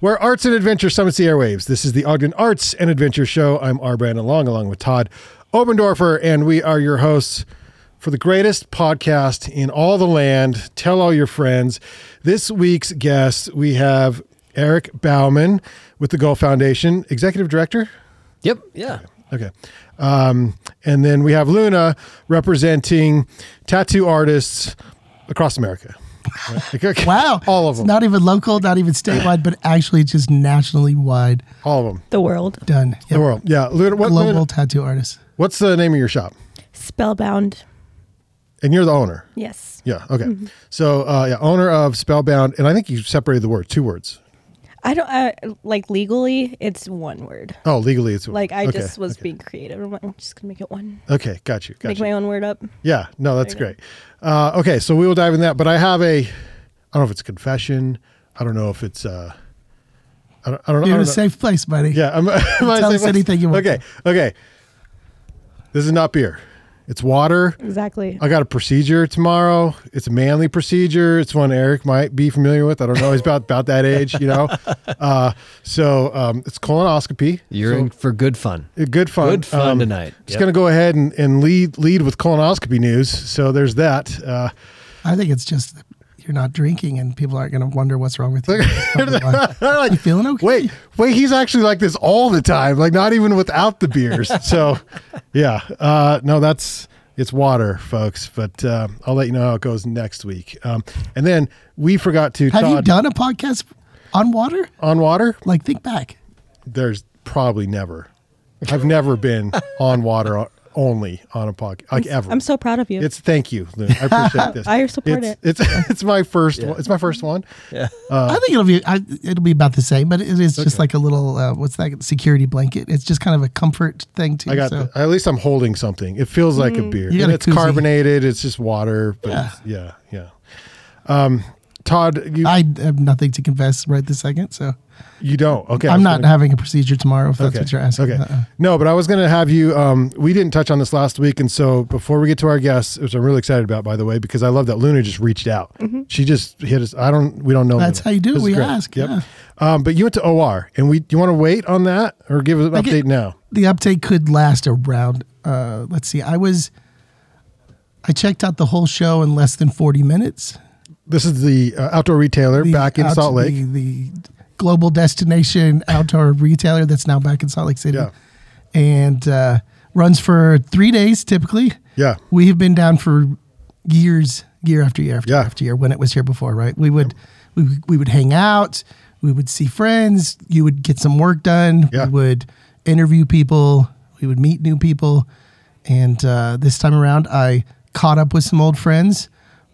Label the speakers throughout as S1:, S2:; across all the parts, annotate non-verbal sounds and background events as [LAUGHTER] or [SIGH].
S1: where arts and adventure summits the airwaves. This is the Ogden Arts and Adventure Show. I'm R. Brandon Long, along with Todd Obendorfer, and we are your hosts for the greatest podcast in all the land. Tell all your friends. This week's guest, we have Eric Bauman with the Gull Foundation, Executive Director.
S2: Yep. Yeah.
S1: Okay. Um, and then we have Luna representing tattoo artists across
S3: [LAUGHS]
S1: America. Right? Okay.
S3: Wow.
S1: All of
S3: It's
S1: them.
S3: Not even local, not even statewide, but actually just nationally wide.
S1: all of them.
S4: The world.
S3: Done.
S1: The world. Yeah. Luna, what,
S3: Global
S1: Luna,
S3: tattoo artist.
S1: what's the name of your shop?
S4: Spellbound.
S1: And you're the owner.
S4: Yes.
S1: Yeah. Okay.
S4: Mm-hmm.
S1: So, uh, yeah, owner of Spellbound, and I think you separated the word, two words.
S4: I don't I, like legally. It's one word.
S1: Oh, legally, it's
S4: Like I
S1: okay,
S4: just was
S1: okay.
S4: being creative. I'm like, I'm just gonna make it one.
S1: Okay, got you. Got
S4: Make
S1: you.
S4: my own word up.
S1: Yeah, no, that's
S4: There you
S1: great. Uh, okay, so we will dive in that. But I have a, I don't know if it's a confession. I don't know if it's. Uh, I don't. I don't, I
S3: You're
S1: don't know.
S3: in a safe place, buddy.
S1: yeah, I'm, [LAUGHS] am I
S3: Tell
S1: safe?
S3: us anything you want.
S1: Okay, okay. This is not beer. It's water.
S4: Exactly.
S1: I got a procedure tomorrow. It's a manly procedure. It's one Eric might be familiar with. I don't know. He's about about that age, you
S2: [LAUGHS]
S1: know. Uh, so um, it's colonoscopy.
S2: You're
S1: So-
S2: in for good fun.
S1: Good fun. Um,
S2: Good fun tonight.
S1: Just
S2: Yep.
S1: going to go ahead and, and lead lead with colonoscopy news. So there's that. Uh,
S3: I think it's just that you're not drinking and people aren't going to wonder what's
S1: [LAUGHS]
S3: wrong with you. That's probably why.
S1: like,
S3: you feeling okay?
S1: wait, wait, he's actually like this all the time. Like not even without the
S2: [LAUGHS]
S1: beers. so yeah, uh, no, that's it's water, folks. But um, I'll let you know how it goes next week. Um, and then we forgot to
S3: Have you
S1: Todd,
S3: done a podcast on water?
S1: on water.
S3: Like, think back.
S1: There's probably never. I've never
S4: [LAUGHS]
S1: been on water o- only on a podcast like ever.
S4: I'm so proud of you.
S1: It's thank you, Lou. I appreciate this.
S4: [LAUGHS] I support
S1: it's, it. It's [LAUGHS] it's my first. One, it's my first one.
S2: Uh,
S1: Uh,
S3: I think it'll be I, it'll be about the same, but it is just like a little uh, what's that security blanket. It's just kind of a comfort thing too.
S1: I got.
S3: so.
S1: the- at least I'm holding something. It feels like
S4: Mm.
S1: a beer.
S3: You got
S1: And
S3: a
S1: it's
S3: koozie.
S1: carbonated. It's just water. But yeah, yeah. yeah. Um, Todd, you
S3: I have nothing to confess right this second, so
S1: you don't. Okay, I
S3: I'm
S1: was
S3: not
S1: gonna-
S3: having a procedure tomorrow. If that's
S1: Okay.
S3: what you're asking.
S1: Okay.
S3: Uh-uh.
S1: No, but I was going to have you. Um, we didn't touch on this last week, and so before we get to our guests, which I'm really excited about, by the way, because I love that Luna just reached out. She just hit us. I don't. We don't know.
S3: Mm-hmm. That's
S1: Luna.
S3: how you do it.
S1: This is
S3: We
S1: great.
S3: ask,
S1: Yep.
S3: yeah.
S1: Um, but you went to OR, and we. You want to wait on that or give us an
S3: Like
S1: update
S3: it-
S1: now?
S3: the update could last around uh let's see i was i checked out the whole show in less than 40 minutes
S1: This is the uh, outdoor retailer
S3: The
S1: back in
S3: out-
S1: Salt Lake.
S3: the, the global destination outdoor retailer that's now back in salt lake city
S1: Yeah.
S3: and uh runs for three days typically
S1: Yeah.
S3: we have been down for years year after year after,
S1: Yeah.
S3: year after year when it was here before right we would we, would- we would hang out we would see friends you would get some work done
S1: Yeah.
S3: we would interview people we would meet new people and uh, this time around i caught up with some old friends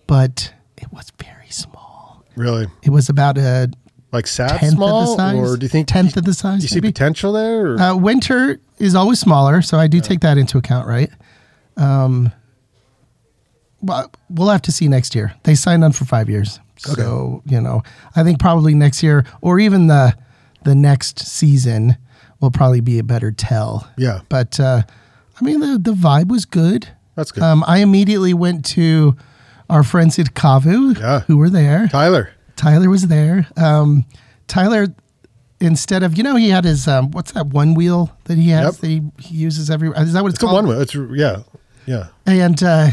S3: but it was very small
S1: Really,
S3: it was about a
S1: like sad
S3: tenth
S1: small,
S3: of the size
S1: or do you think
S3: tenth of the
S1: Do
S3: size
S1: you see
S3: maybe?
S1: potential there? Or?
S3: Uh, winter is always smaller, so I do take that into account, right? Um, well, we'll have to see next year. They signed on for five years, so you know, I think probably next year or even the the next season will probably be a better tell.
S1: Yeah.
S3: but uh, I mean, the the vibe was good.
S1: That's good.
S3: Um, I immediately went to our friends at Kavu,
S1: Yeah.
S3: who were there.
S1: Tyler,
S3: Tyler was there. Um, Tyler, instead of you know, he had his um, what's that one wheel that he has
S1: Yep.
S3: that he, he uses every. Is that what it's,
S1: it's a
S3: called?
S1: one way. It's yeah, yeah.
S3: And uh,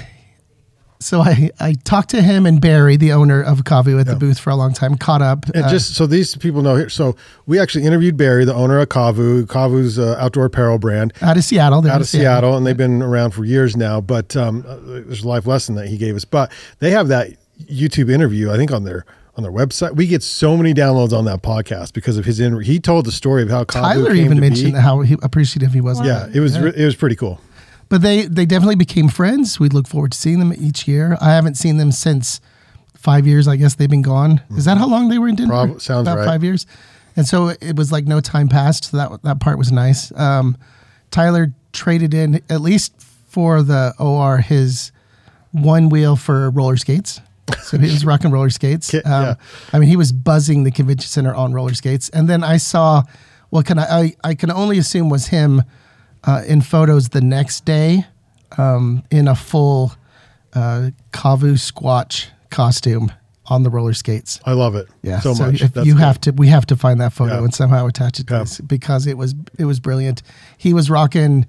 S3: so I I talked to him and Barry, the owner of Kavu, at the booth for a long time. Caught up.
S1: And
S3: uh,
S1: just so these people know here, so we actually interviewed Barry, the owner of Kavu. Kavu's uh, outdoor apparel brand
S3: out of Seattle. They're
S1: out of Seattle, and they've been around for years now. But um, uh, there's a life lesson that he gave us. But they have that YouTube interview, I think, on their on their website. We get so many downloads on that podcast because of his interview. He told the story of how Kavu
S3: Tyler
S1: came
S3: even
S1: to
S3: mentioned
S1: be.
S3: how he, appreciative he was.
S1: Yeah, it was re- it was pretty cool.
S3: but they they definitely became friends. We look forward to seeing them each year. I haven't seen them since five years. I guess they've been gone. Is that how long they were in Denver?
S1: Prob- sounds
S3: About
S1: right.
S3: Five years, and so it was like no time passed. So that that part was nice. Um, Tyler traded in at least for the OR his one wheel for roller skates. So he was rocking roller skates. Um,
S1: Okay, yeah.
S3: I mean, he was buzzing the convention center on roller skates. And then I saw what can I, I, I can only assume was him uh, in photos the next day um, in a full uh, Kavu Squatch costume. on the roller skates.
S1: I love it.
S3: Yeah,
S1: so, much.
S3: If
S1: That's
S3: you
S1: great.
S3: have to, we have to find that photo
S1: Yeah.
S3: and somehow attach it to
S1: Yeah.
S3: this because it was it was brilliant. He was rocking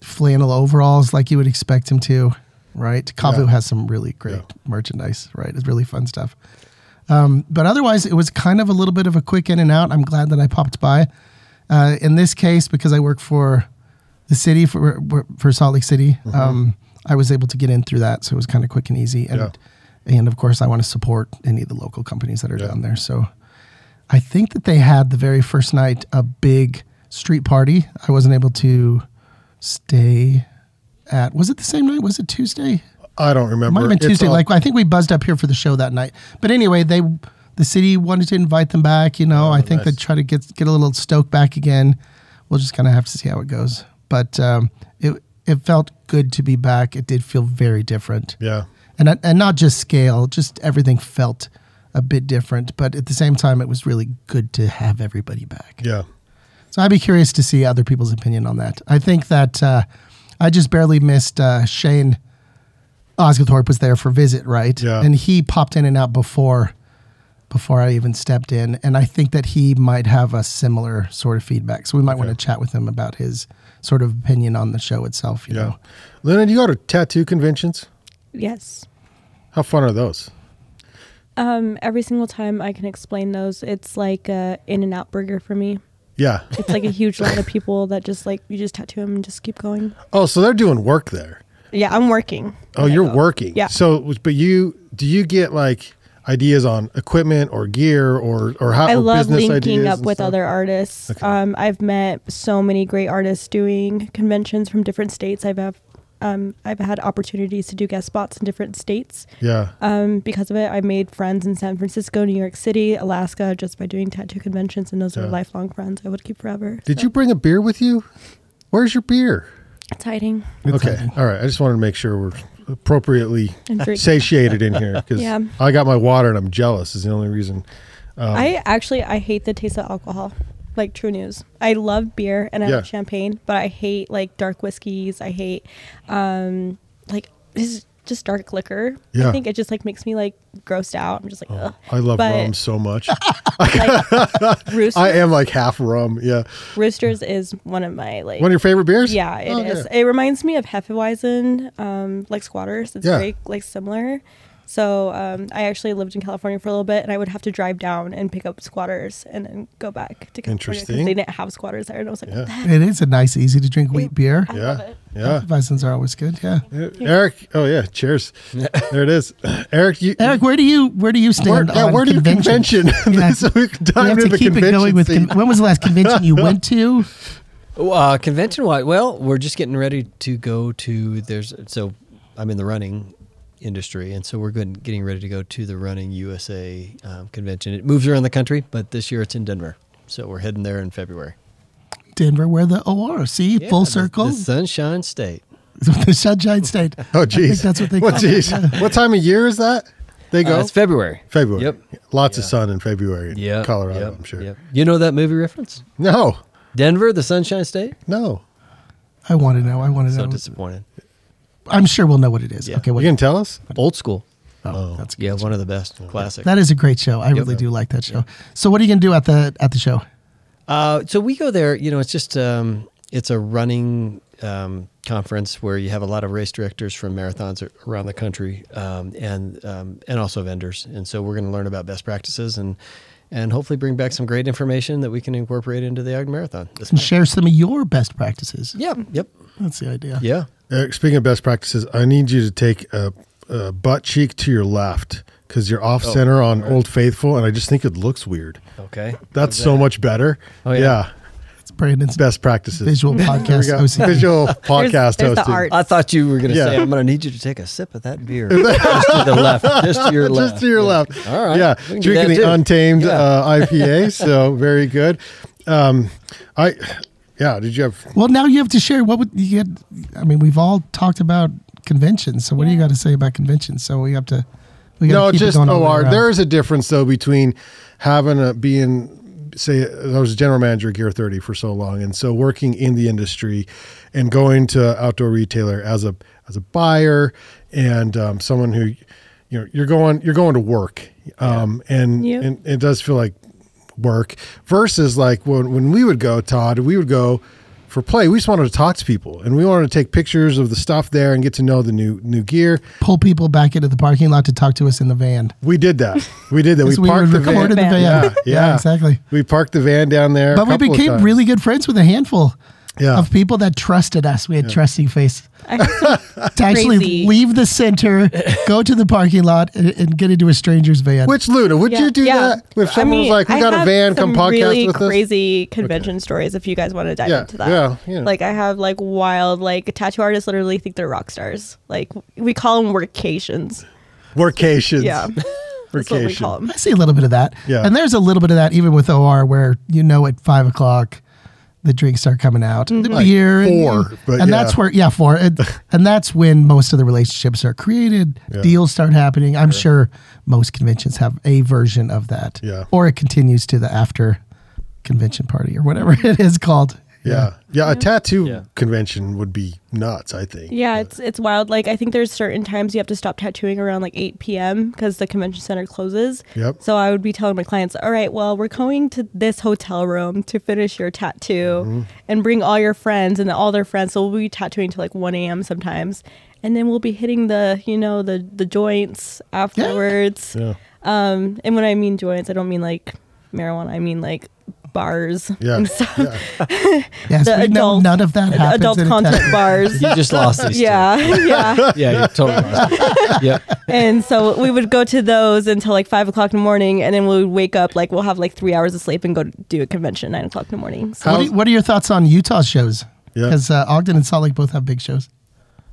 S3: flannel overalls like you would expect him to, right? Kavu
S1: Yeah.
S3: has some really great
S1: Yeah.
S3: merchandise, right? It's really fun stuff. Um, but otherwise, it was kind of a little bit of a quick in and out. I'm glad that I popped by. Uh, in this case, because I work for the city for for Salt Lake City,
S1: Mm-hmm.
S3: um, I was able to get in through that, so it was kind of quick and easy. And
S1: Yeah.
S3: and of course, I want to support any of the local companies that are
S1: Yeah.
S3: down there. So I think that they had the very first night a big street party. I wasn't able to stay at. Was it the same night? Was it Tuesday?
S1: I don't
S3: It
S1: remember.
S3: might have been
S1: It's
S3: Tuesday.
S1: all-
S3: Like I think we buzzed up here for the show that night. But anyway, they the city wanted to invite them back. You know, I think
S1: Oh, nice.
S3: they try to get get a little Stoke back again. We'll just kind of have to see how it goes. But um, it it felt good to be back. It did feel very different
S1: yeah,
S3: and and not just scale, just everything felt a bit different. But at the same time, it was really good to have everybody back.
S1: yeah,
S3: So I'd be curious to see other people's opinion on that. I think that uh, I just barely missed uh, Shane Osgathorpe was there for visit, right?
S1: Yeah.
S3: And he popped in and out before before I even stepped in, and I think that he might have a similar sort of feedback. So we might want to chat with him about his sort of opinion on the show itself. You
S1: yeah.
S3: know.
S1: Lena, do you go to tattoo conventions?
S4: Yes.
S1: How fun are those?
S4: Um, every single time I can explain those, it's like a in and out burger for me.
S1: Yeah.
S4: It's like
S1: [LAUGHS]
S4: a huge line of people that just like you just tattoo them and just keep going.
S1: Oh, so they're doing work there.
S4: Yeah, I'm working.
S1: Oh,
S4: when I
S1: you're
S4: go.
S1: working.
S4: Yeah.
S1: So, but you do you get like ideas on equipment or gear or or how?
S4: I
S1: or
S4: love
S1: business
S4: linking
S1: ideas
S4: up
S1: and
S4: with
S1: stuff?
S4: other artists. Um, I've met so many great artists doing conventions from different states. I've have, um, I've had opportunities to do guest spots in different states.
S1: Yeah.
S4: Um, because of it, I made friends in San Francisco, New York City, Alaska, just by doing tattoo conventions, and those
S1: Yeah.
S4: are lifelong friends I would keep forever.
S1: Did
S4: So,
S1: you bring a beer with you? Where's your beer?
S4: It's hiding.
S1: okay. All right. I just wanted to make sure we're appropriately
S4: And drink.
S1: satiated in here because
S4: Yeah.
S1: I got my water and I'm jealous. Is the only reason. Um,
S4: I actually I hate the taste of alcohol. Like true news. I love beer and I
S1: Yeah.
S4: love champagne, but I hate like dark whiskeys. I hate um like this is just dark liquor.
S1: Yeah. Oh,
S4: I think it just like makes me like grossed out. I'm just like ugh.
S1: I love
S4: But-
S1: rum so much. [LAUGHS]
S4: Like, Roosters,
S1: I am like half rum. Yeah.
S4: Roosters is one of my like
S1: One of your favorite beers?
S4: yeah, it is.
S1: Oh,
S4: It reminds me of Hefeweizen, um, like squatters. It's
S1: Yeah.
S4: very like similar. So um, I actually lived in California for a little bit, and I would have to drive down and pick up squatters, and then go back to California
S1: Interesting.
S4: because they didn't have squatters there. And I was like,
S1: Yeah.
S4: what the heck?
S3: It is a nice, easy to drink wheat beer.
S4: I love
S1: Yeah.
S4: it.
S1: Yeah.
S3: Bisons are always good. Yeah.
S1: Uh, Eric, oh yeah, cheers. there it is. Eric, you
S3: Eric, where do you where do you
S1: where,
S3: stand?
S1: yeah,
S3: on
S1: where do you convention? [LAUGHS]
S3: Yeah.
S1: This- we can
S3: We
S1: dive
S3: have
S1: into
S3: to
S1: the
S3: keep it
S1: convention
S3: going with.
S1: scene.
S3: Con- when was the last
S1: [LAUGHS]
S3: convention you went to?
S2: Uh, convention wise, well, we're just getting ready to go to there's so I'm in the running industry, and so we're good, getting ready to go to the Running USA um, convention. It moves around the country, but this year it's in Denver, so we're heading there in February.
S3: Denver, where the OR, see,
S2: Yeah,
S3: full
S2: the-
S3: circle,
S2: the
S3: [LAUGHS] the,
S2: Sunshine State.
S3: Sunshine State.
S1: [LAUGHS] Oh
S3: I think
S1: geez.
S3: that's what they
S1: What
S3: call it.
S1: geez? What time of year is that? They go
S2: Uh, it's February.
S1: February.
S2: Yep.
S1: Lots of sun in February in
S2: Yeah.
S1: Colorado,
S2: yep,
S1: I'm sure.
S2: yep. You know that movie reference?
S1: No.
S2: Denver, the Sunshine State.
S1: No.
S3: I want to know. I want to
S2: So
S3: know.
S2: disappointed.
S3: I'm sure we'll know what it is.
S2: Yeah.
S3: Okay,
S1: You
S3: what,
S1: can tell us?
S2: Old school.
S3: oh, that's
S2: Yeah, one of the best classic.
S3: that is a great show. I
S2: Yep.
S3: really do like that show. So, what are you going to do at the at the show?
S2: Uh, so we go there. You know, it's just um, it's a running um, conference where you have a lot of race directors from marathons ar- around the country, um, and um, and also vendors. And so we're going to learn about best practices and and hopefully bring back some great information that we can incorporate into the Ogden Marathon. This
S3: And
S1: [LAUGHS]
S2: month.
S3: share some of your best practices.
S2: Yeah. Yep.
S3: That's the idea.
S2: Yeah.
S1: Eric, Uh, speaking of best practices, I need you to take a, a butt cheek to your left because you're
S2: Oh,
S1: off center on Old Faithful, and I just think it looks weird.
S2: Okay.
S1: That's so much better.
S2: Oh, yeah.
S3: It's Brandon's
S1: Best practices. [LAUGHS]
S3: visual
S1: There we
S3: podcast.
S1: go. [LAUGHS]
S3: OCD.
S1: Visual podcast
S4: there's the
S1: hosting.
S4: art.
S2: I thought you were going to
S1: Yeah.
S2: say, "I'm going to need you to take a sip of
S1: [LAUGHS]
S2: that beer." just to the left. Just to your left.
S1: Just to your left.
S2: All right.
S1: Yeah.
S2: We can do
S1: Drinking
S2: that
S1: the
S2: too.
S1: untamed
S2: Yeah.
S1: uh, IPA.
S2: [LAUGHS]
S1: so very good. Um, I, yeah. Did you have?
S3: Well, now you have to share what would you get. I mean, we've all talked about conventions, so what do you got to say about conventions? So we have to. We gotta
S1: No,
S3: keep it
S1: just
S3: going all the way
S1: OR.
S3: around.
S1: There is a difference though between having a being, say, I was a general manager at Gear Thirty for so long, and so working in the industry, and going to outdoor retailer as a as a buyer and um, someone who, you you know you're going you're going to work, um, and,
S4: Yeah.
S1: and it does feel like work versus like when when we would go, Todd, we would go for play. We just wanted to talk to people, and we wanted to take pictures of the stuff there and get to know the new new gear.
S3: Pull people back into the parking lot to talk to us in the van.
S1: We did that. We did [LAUGHS] that. we
S3: 'Cause we
S1: parked
S3: would
S1: the
S3: record
S1: van.
S3: in the
S4: Van.
S3: van.
S1: Yeah,
S3: [LAUGHS]
S1: yeah.
S3: exactly.
S1: We parked the van down there. a
S3: But we
S1: couple of
S3: became
S1: times.
S3: really good friends with a handful
S1: Yeah.
S3: of people that trusted us. We had trusting face
S4: I
S1: [LAUGHS]
S4: have some
S3: to actually
S4: Crazy.
S3: leave the center, go to the parking lot, and, and get into a stranger's van.
S1: Which Luna, would you do that? If
S4: I
S1: someone was
S4: mean,
S1: like, "We
S4: I
S1: got a
S4: have
S1: van, come
S4: some
S1: podcast
S4: really
S1: with us."
S4: crazy convention stories. If you guys want to dive
S1: Yeah,
S4: into that,
S1: yeah, yeah.
S4: Like I have like wild like tattoo artists literally think they're rock stars. Like we call them workations.
S1: Workations. [LAUGHS]
S4: Yeah, that's what we
S1: Workation.
S4: call them.
S3: I see a little bit of that.
S1: Yeah.
S3: And there's a little bit of that even with OR where you know at five o'clock the drinks start coming out. The
S1: Mm-hmm. Like
S3: beer and-
S1: four, but
S3: And, that's
S1: yeah.
S3: where yeah, four.
S1: [LAUGHS]
S3: And, and that's when most of the relationships are created,
S1: Yeah.
S3: deals start happening. I'm sure most conventions have a version of that.
S1: Yeah.
S3: Or it continues to the after convention party or whatever [LAUGHS] it is called.
S1: Yeah. yeah, A tattoo
S2: Yeah.
S1: convention would be nuts. I think.
S4: Yeah, it's it's wild. Like I think there's certain times you have to stop tattooing around like 8 p.m. because the convention center closes.
S1: Yep.
S4: So I would be telling my clients, all right, well, we're going to this hotel room to finish your tattoo
S1: Mm-hmm.
S4: and bring all your friends and all their friends. So we'll be tattooing till like 1 a.m. sometimes, and then we'll be hitting the you know the the joints afterwards.
S1: Yeah.
S4: Um, and when I mean joints, I don't mean like marijuana. I mean like bars
S1: Yeah.
S4: and stuff.
S1: yeah.
S3: Yes, we
S4: The
S3: know
S4: [LAUGHS] adult-
S3: none of that happens.
S4: Adult
S3: in a
S4: content
S3: tattoo. [LAUGHS]
S4: bars.
S2: You just lost these. two.
S4: Yeah, [LAUGHS] yeah.
S2: Yeah, you're totally
S1: [LAUGHS]
S2: lost. it. Yep.
S4: and so we would go to those until like five o'clock in the morning, and then we would wake up like we'll have like three hours of sleep and go do a convention at nine o'clock in the morning. So
S3: What, do you- what are your thoughts on Utah shows?
S1: Yeah.
S3: Because uh, Ogden and Salt Lake both have big shows.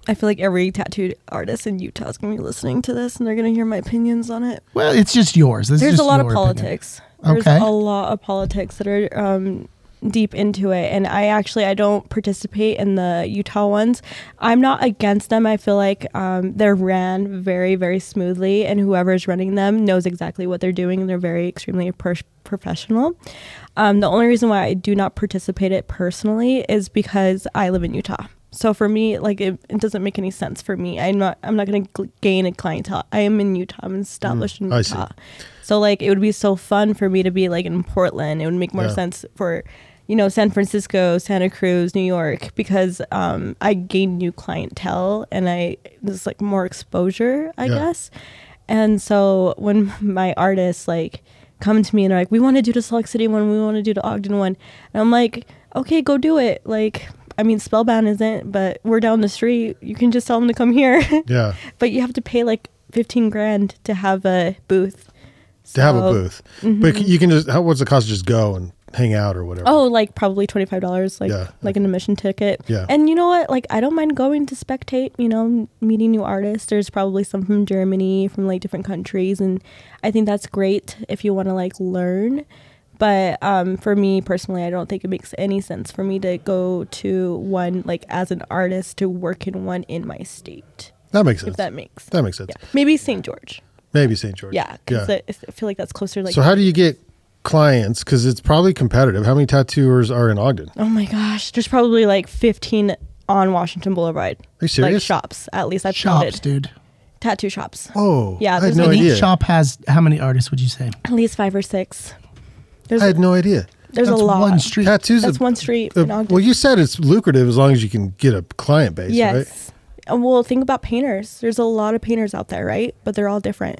S4: I feel like every tattooed artist in Utah is gonna be listening to this, and they're gonna hear my opinions on it.
S3: Well, it's just yours. This is
S4: There's
S3: just
S4: a lot of
S3: your opinion.
S4: politics.
S3: Okay.
S4: There's a lot of politics that are um, deep into it, and I actually I don't participate in the Utah ones. I'm not against them. I feel like um, they're ran very very smoothly, and whoever's running them knows exactly what they're doing, and they're very extremely per- professional. Um, the only reason why I do not participate it personally is because I live in Utah. So for me, like it, it doesn't make any sense for me. I'm not. I'm not going to gain a clientele. I am in Utah. I'm established
S3: Hmm.
S4: in
S1: I see.
S4: Utah. So like it would be so fun for me to be like in Portland. It would make more
S1: Yeah.
S4: sense for you know San Francisco, Santa Cruz, New York because um, I gain new clientele and I there's like more exposure, I
S1: Yeah.
S4: guess. And so when my artists like come to me and are like, we want to do the Salt Lake City one, we want to do the Ogden one, and I'm like, okay, go do it. Like I mean, Spellbound isn't, but we're down the street. You can just tell them to come here. [LAUGHS]
S1: Yeah.
S4: but you have to pay like 15 grand to have a booth
S1: To have a
S4: So- mm-hmm.
S1: booth, but you can just how, what's the cost? to Just go and hang out or whatever.
S4: oh like probably $25 like
S1: Yeah.
S4: like an admission ticket
S1: Yeah.
S4: and you know what like i don't mind going to spectate you know meeting new artists there's probably some from germany from like different countries and i think that's great if you want to like learn but um, for me personally i don't think it makes any sense for me to go to one like as an artist to work in one in my state
S1: that makes sense.
S4: if that makes
S1: That makes sense.
S4: yeah. maybe st george
S1: Maybe St. George.
S4: Yeah, because I feel like that's closer. Like,
S1: so how do you get clients? Because it's probably competitive. How many tattooers are in Ogden?
S4: oh my gosh, there's probably like 15 on Washington Boulevard.
S1: you serious?
S4: Like shops, at least I've
S3: Shops,
S4: counted.
S3: dude.
S4: Tattoo shops.
S1: Oh,
S4: Yeah,
S1: I had
S4: there's
S1: no
S4: like
S3: Each
S1: idea.
S3: shop has how many artists would you say?
S4: At least five or six. There's
S1: I had no idea.
S4: there's
S3: That's
S4: a lot.
S3: One street.
S1: Tattoos.
S4: That's
S1: are-
S4: one street
S1: uh,
S4: in Ogden.
S1: well, you said it's lucrative as long as you can get a client base, right?
S4: yes. And Well, think about painters. There's a lot of painters out there, right? But they're all different.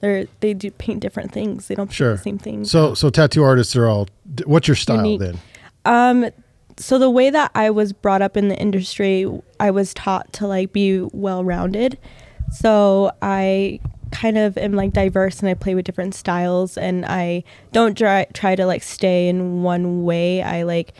S4: They're they do paint different things. They don't paint
S1: Sure.
S4: the same thing.
S1: So, so tattoo artists are all. d- What's your style
S4: Unique.
S1: then?
S4: so the way that I was brought up in the industry, I was taught to like be well-rounded. So I kind of am like diverse and I play with different styles and I don't try, try to like stay in one way. I like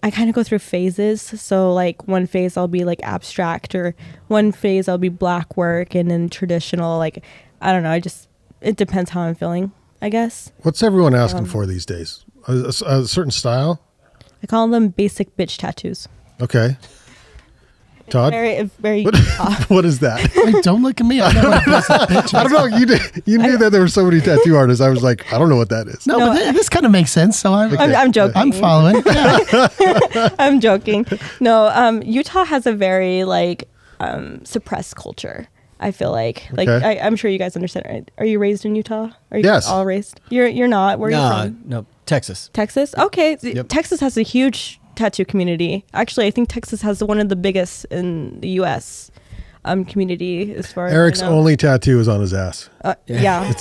S4: I kind of go through phases. So like one phase I'll be like abstract or one phase I'll be black work and then traditional like I don't know, I just it depends how I'm feeling, I guess.
S1: What's everyone
S4: Um,
S1: asking for these days? A, a s- a certain style?
S4: I call them basic bitch tattoos.
S1: Okay. Todd,
S4: Very very
S1: [LAUGHS] what is
S4: [LAUGHS]
S1: that?
S3: Wait, don't look at me. I know what this is.
S1: I don't know. You did, you knew that there were so
S4: [LAUGHS]
S1: many tattoo artists. I was like, I don't know what that is.
S3: No,
S4: No,
S3: but thi- this kind of makes sense. So I'm,
S4: I'm,
S1: Okay.
S4: I'm joking.
S3: I'm following. Yeah.
S4: I'm joking. No, um, Utah has a very like um, suppressed culture. I feel like, like
S1: Okay.
S4: I, I'm sure you guys understand. Right? Are you raised in Utah? Are you
S1: Yes.
S4: all raised? You're you're not. Where are
S2: Nah,
S4: you from?
S2: no, Texas.
S4: Texas. Okay, th-
S2: Yep.
S4: Texas has a huge tattoo community. Actually, I think Texas has one of the biggest in the U.S. Um, community as far as I
S1: Eric's
S4: know.
S1: only tattoo is on his ass.
S4: Uh,
S1: [LAUGHS]
S4: yeah,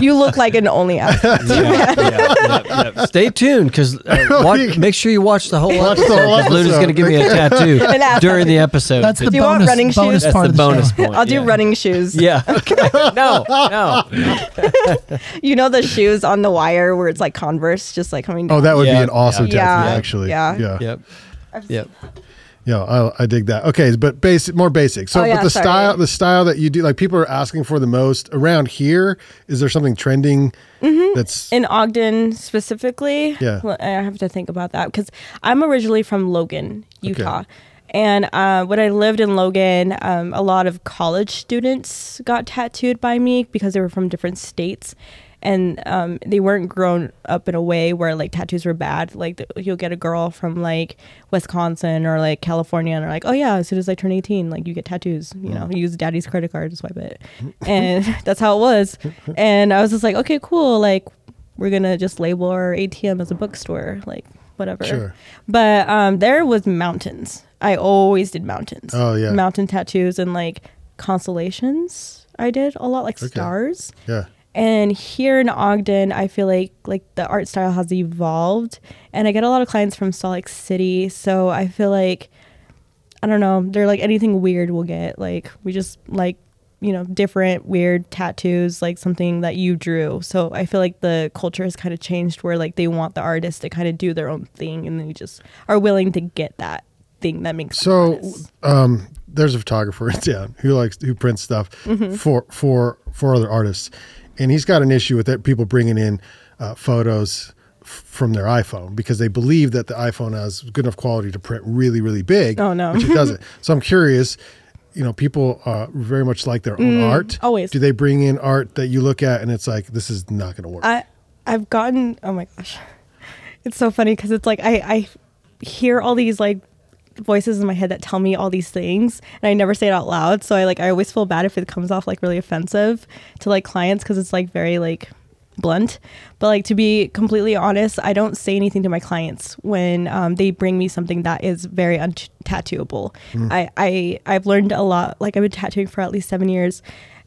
S4: you look like an only ass.
S2: [LAUGHS] Yeah, yeah, yeah, yeah. [LAUGHS] Stay tuned because uh, watch- make sure you watch the whole
S1: Watch the
S2: episode.
S1: whole
S2: 'cause Luna's
S1: episode.
S2: going to give me a tattoo
S4: [LAUGHS] An ass.
S2: during the episode.
S3: That's the
S4: you want
S3: bonus,
S4: running shoes?
S3: bonus
S2: That's
S3: part
S2: the
S3: of the
S2: bonus
S3: show.
S2: point.
S4: I'll do
S2: yeah.
S4: running
S2: [LAUGHS]
S4: shoes.
S2: Yeah. Okay. No. [LAUGHS] No.
S4: You know the shoes on the wire where it's like Converse, just like coming down.
S1: Oh, that would be
S2: Yeah.
S1: an awesome
S4: Yeah.
S1: tattoo,
S4: Yeah.
S1: actually.
S4: Yeah.
S1: yeah,
S2: Yep. Yep.
S1: Yeah, I, I dig that. Okay, but basic, more basic. So,
S4: Oh, yeah,
S1: but the
S4: sorry.
S1: style, the style that you do, like people are asking for the most around here. Is there something trending?
S4: Mm-hmm.
S1: That's
S4: in Ogden specifically.
S1: Yeah.
S4: Well, I have to think about that because I'm originally from Logan, Utah. And uh, when I lived in Logan, um, a lot of college students got tattooed by me because they were from different states. And um, they weren't grown up in a way where like tattoos were bad. Like th- you'll get a girl from like Wisconsin or like California, and they're like, "Oh yeah, as soon as I turn 18, like you get tattoos. You know, use daddy's credit card to swipe it." and [LAUGHS] that's how it was. And I was just like, "Okay, cool. Like we're gonna just label our ATM as a bookstore, like whatever.
S1: Sure.
S4: But um, there was mountains. I always did mountains.
S1: Oh, yeah.
S4: mountain tattoos and like constellations. I did a lot, like stars.
S1: yeah.
S4: And here in Ogden, I feel like like the art style has evolved, and I get a lot of clients from Salt Lake City. So I feel like I don't know, they're like anything weird we'll get. Like we just like you know different weird tattoos, like something that you drew. So I feel like the culture has kind of changed where like they want the artist to kind of do their own thing, and they just are willing to get that thing that makes them
S1: So,
S4: artists.
S1: um, there's a photographer [LAUGHS] in town who likes who prints stuff
S4: Mm-hmm.
S1: for for for other artists, and he's got an issue with that people bringing in uh, photos f- from their iPhone because they believe that the iPhone has good enough quality to print really really big.
S4: Oh, no.
S1: which it
S4: [LAUGHS]
S1: doesn't. so I'm curious. You know, people uh, very much like their own art.
S4: Mm, always.
S1: do they bring in art that you look at and it's like this is not going to work?
S4: I I've gotten oh my gosh, it's so funny because it's like I I hear all these like voices in my head that tell me all these things and I never say it out loud. So I like I always feel bad if it comes off like really offensive to like clients because it's like very like blunt. But like to be completely honest, I don't say anything to my clients when um, they bring me something that is very untattooable. I, I I've learned a lot. Like I've been tattooing for at least seven years.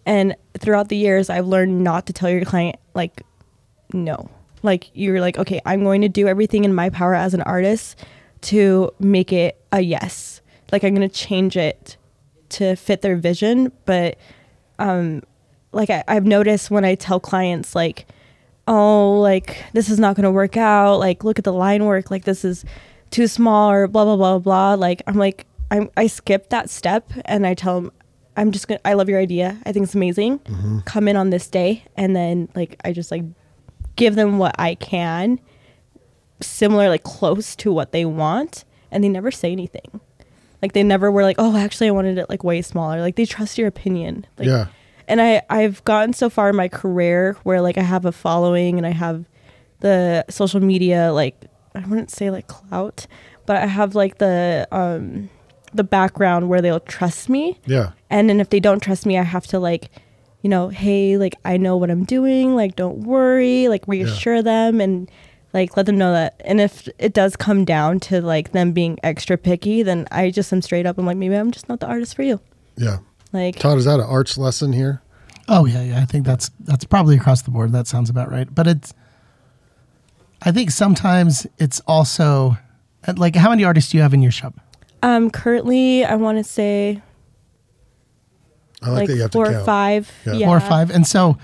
S4: And throughout the years, I've learned not to tell your client like no. Like you're like, okay, I'm going to do everything in my power as an artist to make it a yes. Like I'm going to change it to fit their vision, but um, like I, I've noticed when I tell clients like, oh, like this is not gonna work out, like look at the line work, like this is too small or blah blah blah blah. Like I'm like I'm I skip that step and I tell them I'm just gonna I love your idea. I think it's amazing. Come in on this day and then like I just like give them what I can, similar like close to what they want, and they never say anything. Like they never were like, oh, actually, I wanted it like way smaller. Like they trust your opinion. Like,
S1: Yeah.
S4: and I I've gotten so far in my career where like I have a following and I have the social media like I wouldn't say like clout, but I have like the um the background where they'll trust me.
S1: yeah,
S4: And then if they don't trust me, I have to like, you know, hey, like I know what I'm doing, like don't worry, like reassure them and like let them know that. And if it does come down to like them being extra picky, then I just am straight up. I'm like, maybe I'm just not the artist for you.
S1: yeah.
S4: Like
S1: Todd, is that an arts lesson here?
S3: Oh yeah, yeah. I think that's that's probably across the board. That sounds about right. But it's, I think sometimes it's also, and, like, how many artists do you have in your shop?
S4: um currently I wanna say
S1: I like,
S4: like,
S1: that you have
S4: four
S1: to
S4: or
S1: count.
S4: five.
S1: Yeah.
S4: Yeah.
S3: Four or five, and so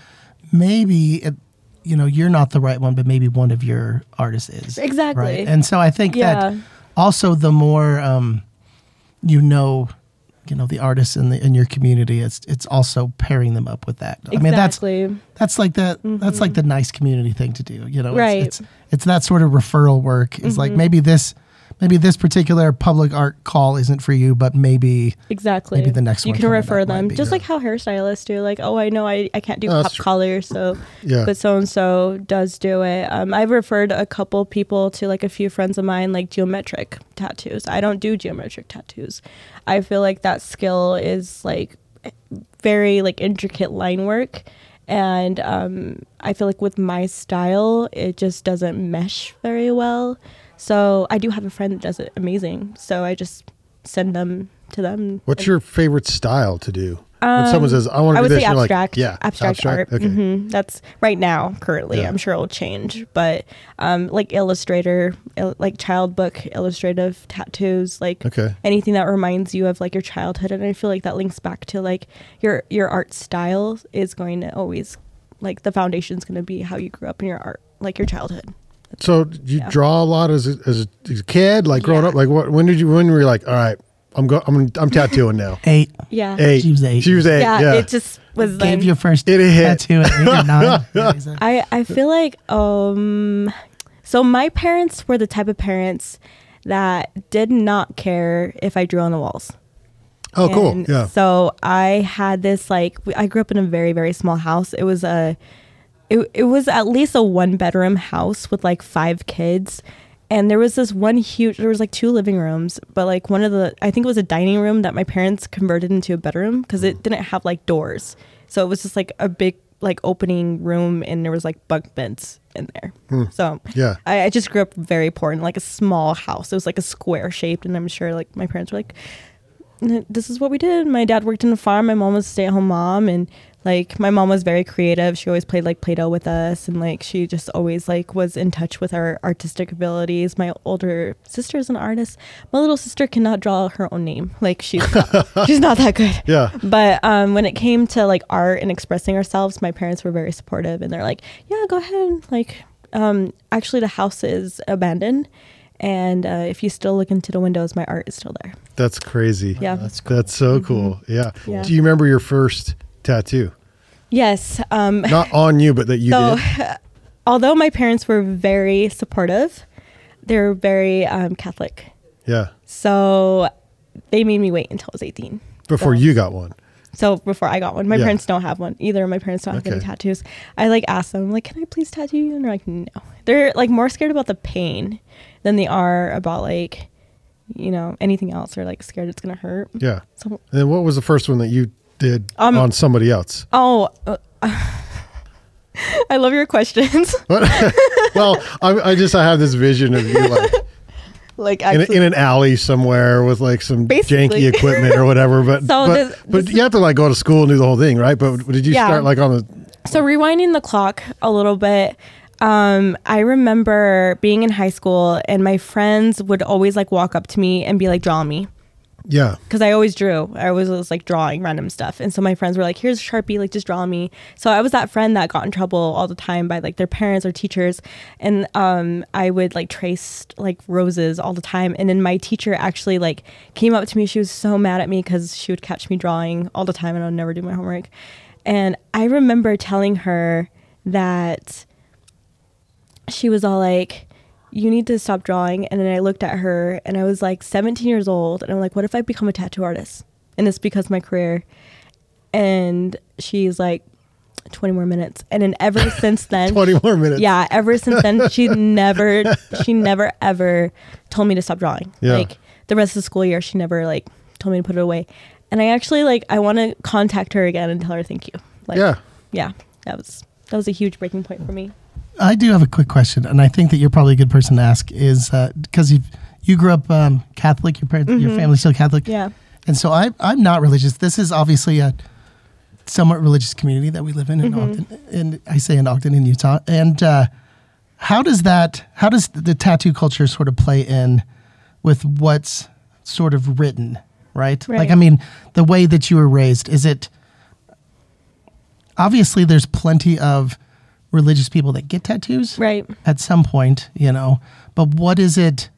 S3: maybe it, you know you're not the right one, but maybe one of your artists is
S4: Exactly.
S3: Right? And so I think that
S4: Yeah.
S3: also the more um, you know, you know the artists in the in your community, it's it's also pairing them up with that. I mean that's
S4: Exactly. Mm-hmm.
S3: that's like the that's like the nice community thing to do you know It's-
S4: Right. Mm-hmm.
S3: it's, it's that sort of referral work it's like maybe this maybe this particular public art call isn't for you but maybe
S4: exactly.
S3: Maybe the next
S4: you
S3: one
S4: can
S3: coming
S4: refer
S3: up might
S4: them,
S3: be-
S4: just like how hairstylists do. Like, oh, I know I, I can't do
S1: Oh, that's
S4: pop
S1: true.
S3: [LAUGHS]
S4: color, so
S1: Yeah.
S4: but so and so does do it. Um, I've referred a couple people to like a few friends of mine, like geometric tattoos. I don't do geometric tattoos. I feel like that skill is like very like intricate line work and um, i feel like with my style it just doesn't mesh very well so i do have a friend that does it amazing so i just send them to them
S1: What's your favorite style to do? when someone says, "I want
S4: Um, I
S1: to do
S4: would
S1: this,"
S4: say
S1: and you're
S4: abstract.
S1: like, "Yeah,
S4: abstract, art.
S1: Okay.
S4: hmm That's right now, currently.
S1: Yeah.
S4: I'm sure it'll change, but um, like illustrator, il- like child book, illustrative tattoos, like
S1: Okay.
S4: anything that reminds you of like your childhood, and I feel like that links back to like your your art style is going to always like the foundation's going to be how you grew up in your art, like your childhood.
S1: So did you
S4: Yeah.
S1: draw a lot as a, as a as a kid, like growing
S4: Yeah.
S1: up. Like, what? When did you? When were you like, "All right, I'm go, I'm I'm tattooing now."
S3: Eight.
S4: [LAUGHS] Yeah.
S1: eight.
S3: She was eight.
S1: She was eight.
S4: yeah,
S1: Yeah.
S4: It just was then.
S3: Gave your first
S1: It hit.
S3: tattoo at eight or nine. Yeah, exactly.
S4: I, I feel like um so my parents were the type of parents that did not care if I drew on the walls.
S1: oh, cool.
S4: And
S1: Yeah.
S4: So I had this like we- I grew up in a very very small house. It was a it, it was at least a one bedroom house with like five kids. And there was this one huge there was like two living rooms, but like one of the I think it was a dining room that my parents converted into a bedroom cuz it didn't have like doors. So it was just like a big like opening room and there was like bunk beds in there. So
S1: Hmm. Yeah.
S4: I, I just grew up very poor in like a small house. It was like a square shaped and I'm sure like my parents were like n- this is what we did. My dad worked in a farm. My mom was a stay at home mom. And like, my mom was very creative. She always played like Play Doh with us. And like, she just always like was in touch with our artistic abilities. My older sister is an artist. My little sister cannot draw her own name. Like, she's not, she's not that good.
S1: Yeah.
S4: But um, when it came to like art and expressing ourselves, my parents were very supportive and they're like, yeah, go ahead. Like, um, actually, the house is abandoned. And uh, if you still look into the windows, my art is still there.
S1: That's crazy.
S4: Yeah. Mm-hmm.
S2: That's cool.
S1: Oh, That's so cool. Yeah.
S4: Yeah.
S1: Do you remember your first
S4: [LAUGHS]
S1: tattoo?
S4: Yes. Um,
S1: Not on you, but that you
S4: So,
S1: did.
S4: [LAUGHS] although my parents were very supportive, they were very um, Catholic.
S1: Yeah.
S4: So they made me wait until I was 18.
S1: Before
S4: so,
S1: you got one.
S4: So before I got one, my
S1: Yeah.
S4: parents don't have one either. My parents don't have any
S1: Okay.
S4: tattoos. I like asked them, like, can I please tattoo you? And they're like, no. They're like more scared about the pain than they are about like, you know, anything else. They're like scared it's going to hurt.
S1: Yeah.
S4: So,
S1: And then what was the first one that you did
S4: Um,
S1: on somebody else?
S4: oh, uh, [LAUGHS] I love your questions.
S1: well, I, I just I have this vision of you like
S4: [LAUGHS] like,
S1: in,
S4: actually,
S1: in an alley somewhere with like some
S4: Basically.
S1: janky equipment or whatever. But
S4: [LAUGHS] So
S1: but,
S4: this-
S1: but you have to like go to school and do the whole thing, right? But did you
S4: Yeah.
S1: start like on the
S4: So rewinding the clock a little bit, um, I remember being in high school and my friends would always like walk up to me and be like, draw me.
S1: yeah?
S4: Cause I always drew. I always was like drawing random stuff. And so my friends were like, here's a Sharpie, like just draw me. So I was that friend that got in trouble all the time by like their parents or teachers. And um, I would like trace like roses all the time. And then my teacher actually like came up to me. She was so mad at me because she would catch me drawing all the time and I would never do my homework. And I remember telling her that she was all like, you need to stop drawing. And then I looked at her and I was like 17 years old. And I'm like, what if I become a tattoo artist? And this becomes my career. And she's like, 20 more minutes. And then
S1: [LAUGHS]
S4: ever since then,
S1: Twenty more minutes.
S4: yeah, ever
S1: [LAUGHS]
S4: since then, she never, she never ever told me to stop drawing.
S1: Yeah.
S4: Like the rest of the school year, she never like told me to put it away. And I actually like, I want to contact her again and tell her thank you. Like,
S1: Yeah.
S4: Yeah. That was, that was a huge breaking point for me.
S3: I do have a quick question, and I think that you're probably a good person to ask is because you you grew up um, Catholic, your parents, your family's still Catholic,
S4: Mm-hmm. Yeah.
S3: And so I, I'm not religious. This is obviously a somewhat religious community that we live in in
S4: Mm-hmm.
S3: Ogden, and I say in Ogden, in Utah. And uh, how does that? How does the tattoo culture sort of play in with what's sort of written, right? Like,
S4: Right.
S3: I mean, the way that you were raised is it? Obviously, there's plenty of religious people that get tattoos,
S4: Right.
S3: at some point, you know. But what is it?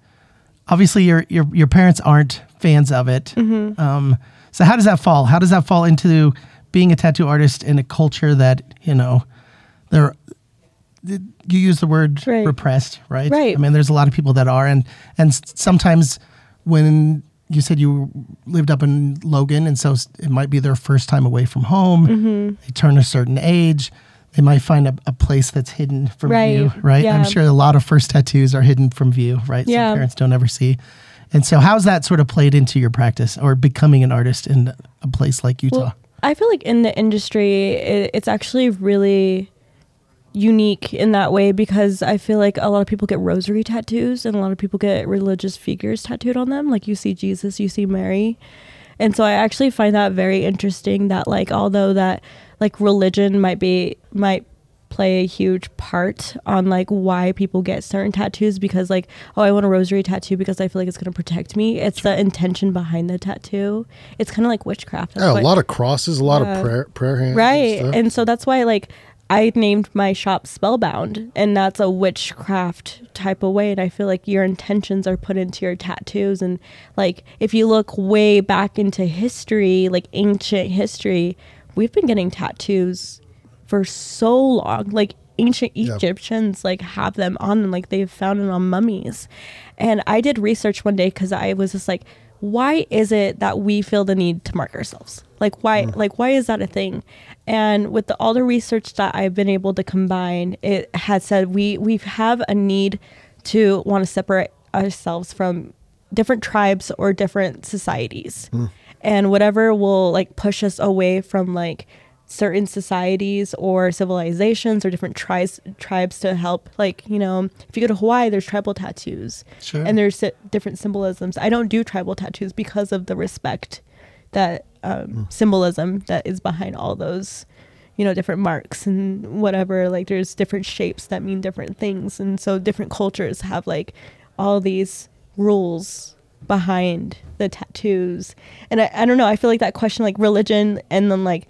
S3: Obviously, your your your parents aren't fans of it.
S4: Mm-hmm.
S3: Um, so how does that fall? How does that fall into being a tattoo artist in a culture that you know there? You use the word
S4: Right.
S3: repressed, right?
S4: Right.
S3: I mean, there's a lot of people that are, and and s- sometimes when you said you lived up in Logan, and so s- it might be their first time away from home.
S4: Mm-hmm.
S3: They turn a certain age. They might find a, a place that's hidden from
S4: Right.
S3: view, right?
S4: Yeah.
S3: I'm sure a lot of first tattoos are hidden from view, right?
S4: Yeah.
S3: Some parents don't ever see. And so, how's that sort of played into your practice or becoming an artist in a place like Utah?
S4: Well, I feel like in the industry, it, it's actually really unique in that way because I feel like a lot of people get rosary tattoos and a lot of people get religious figures tattooed on them. Like you see Jesus, you see Mary. And so I actually find that very interesting that like although that like religion might be might play a huge part on like why people get certain tattoos because like oh I want a rosary tattoo because I feel like it's going to protect me. It's the intention behind the tattoo. It's kind of like witchcraft. That's
S1: Yeah, a
S4: what-
S1: lot of crosses, a lot
S4: Yeah.
S1: of prayer prayer hands. and
S4: Right.
S1: stuff.
S4: And so that's why like I named my shop Spellbound and that's a witchcraft type of way and I feel like your intentions are put into your tattoos and like if you look way back into history, like ancient history, we've been getting tattoos for so long. Like ancient
S1: Yeah.
S4: Egyptians like have them on them like they've found it on mummies. And I did research one day cuz I was just like why is it that we feel the need to mark ourselves? Like why like why is that a thing? And with the, all the research that I've been able to combine, it has said we we have a need to want to separate ourselves from different tribes or different societies and whatever will like push us away from like certain societies or civilizations or different tribes tribes to help like you know if you go to hawaii there's tribal tattoos
S3: Sure.
S4: and there's si- different symbolisms i don't do tribal tattoos because of the respect that um, symbolism that is behind all those you know different marks and whatever like there's different shapes that mean different things and so different cultures have like all these rules behind the tattoos and I, I don't know i feel like that question like religion and then like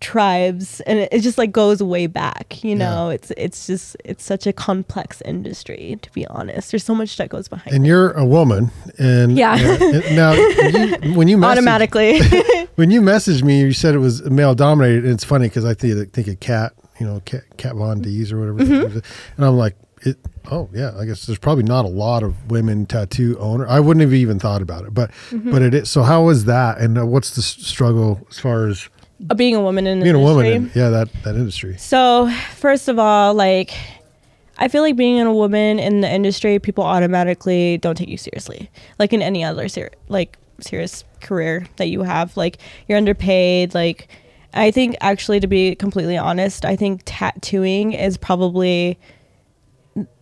S4: tribes and it, it just like goes way back you know it's it's just it's such a complex industry to be honest there's so much that goes behind
S1: And
S4: it
S1: you're a woman, and
S4: Yeah.
S1: and- and now you, when
S4: [LAUGHS]
S1: you messaged, [LAUGHS]
S4: automatically
S1: when you messaged me, you said it was male dominated. And it's funny because I think think of Cat, you know, Cat, Cat Von D's or whatever,
S4: Mm-hmm.
S1: and I'm like, it, oh yeah, I guess there's probably not a lot of women tattoo owner. I wouldn't have even thought about it, but
S4: Mm-hmm.
S1: but it is. So how is that, and uh, what's the s- struggle as far as
S4: Uh, being a woman in the
S1: being a woman?
S4: industry.
S1: In, yeah, that that industry.
S4: So, first of all, like, I feel like being a woman in the industry, people automatically don't take you seriously. Like in any other ser- like serious career that you have, like you're underpaid. Like, I think actually, to be completely honest, I think tattooing is probably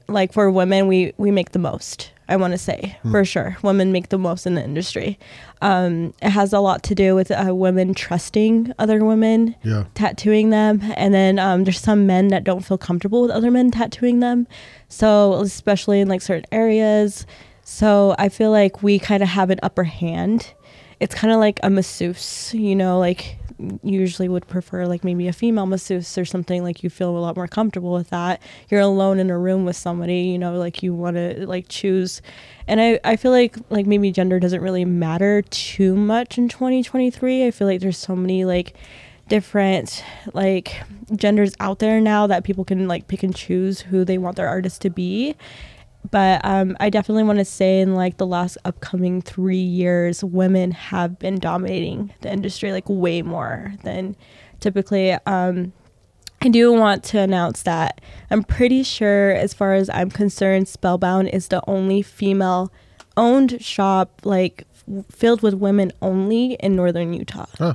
S4: like for women we we make the most i want to say for sure women make the most in the industry um it has a lot to do with uh, women trusting other women
S1: Yeah.
S4: tattooing them and then um, there's some men that don't feel comfortable with other men tattooing them so especially in like certain areas so i feel like we kind of have an upper hand it's kind of like a masseuse you know like usually would prefer like maybe a female masseuse or something like you feel a lot more comfortable with that you're alone in a room with somebody you know like you want to like choose and I, I feel like like maybe gender doesn't really matter too much in 2023 i feel like there's so many like different like genders out there now that people can like pick and choose who they want their artist to be but um, i definitely want to say in like the last upcoming three years women have been dominating the industry like way more than typically um, I do want to announce that I'm pretty sure, as far as I'm concerned, Spellbound is the only female owned shop, like f- filled with women only in northern Utah.
S1: Huh.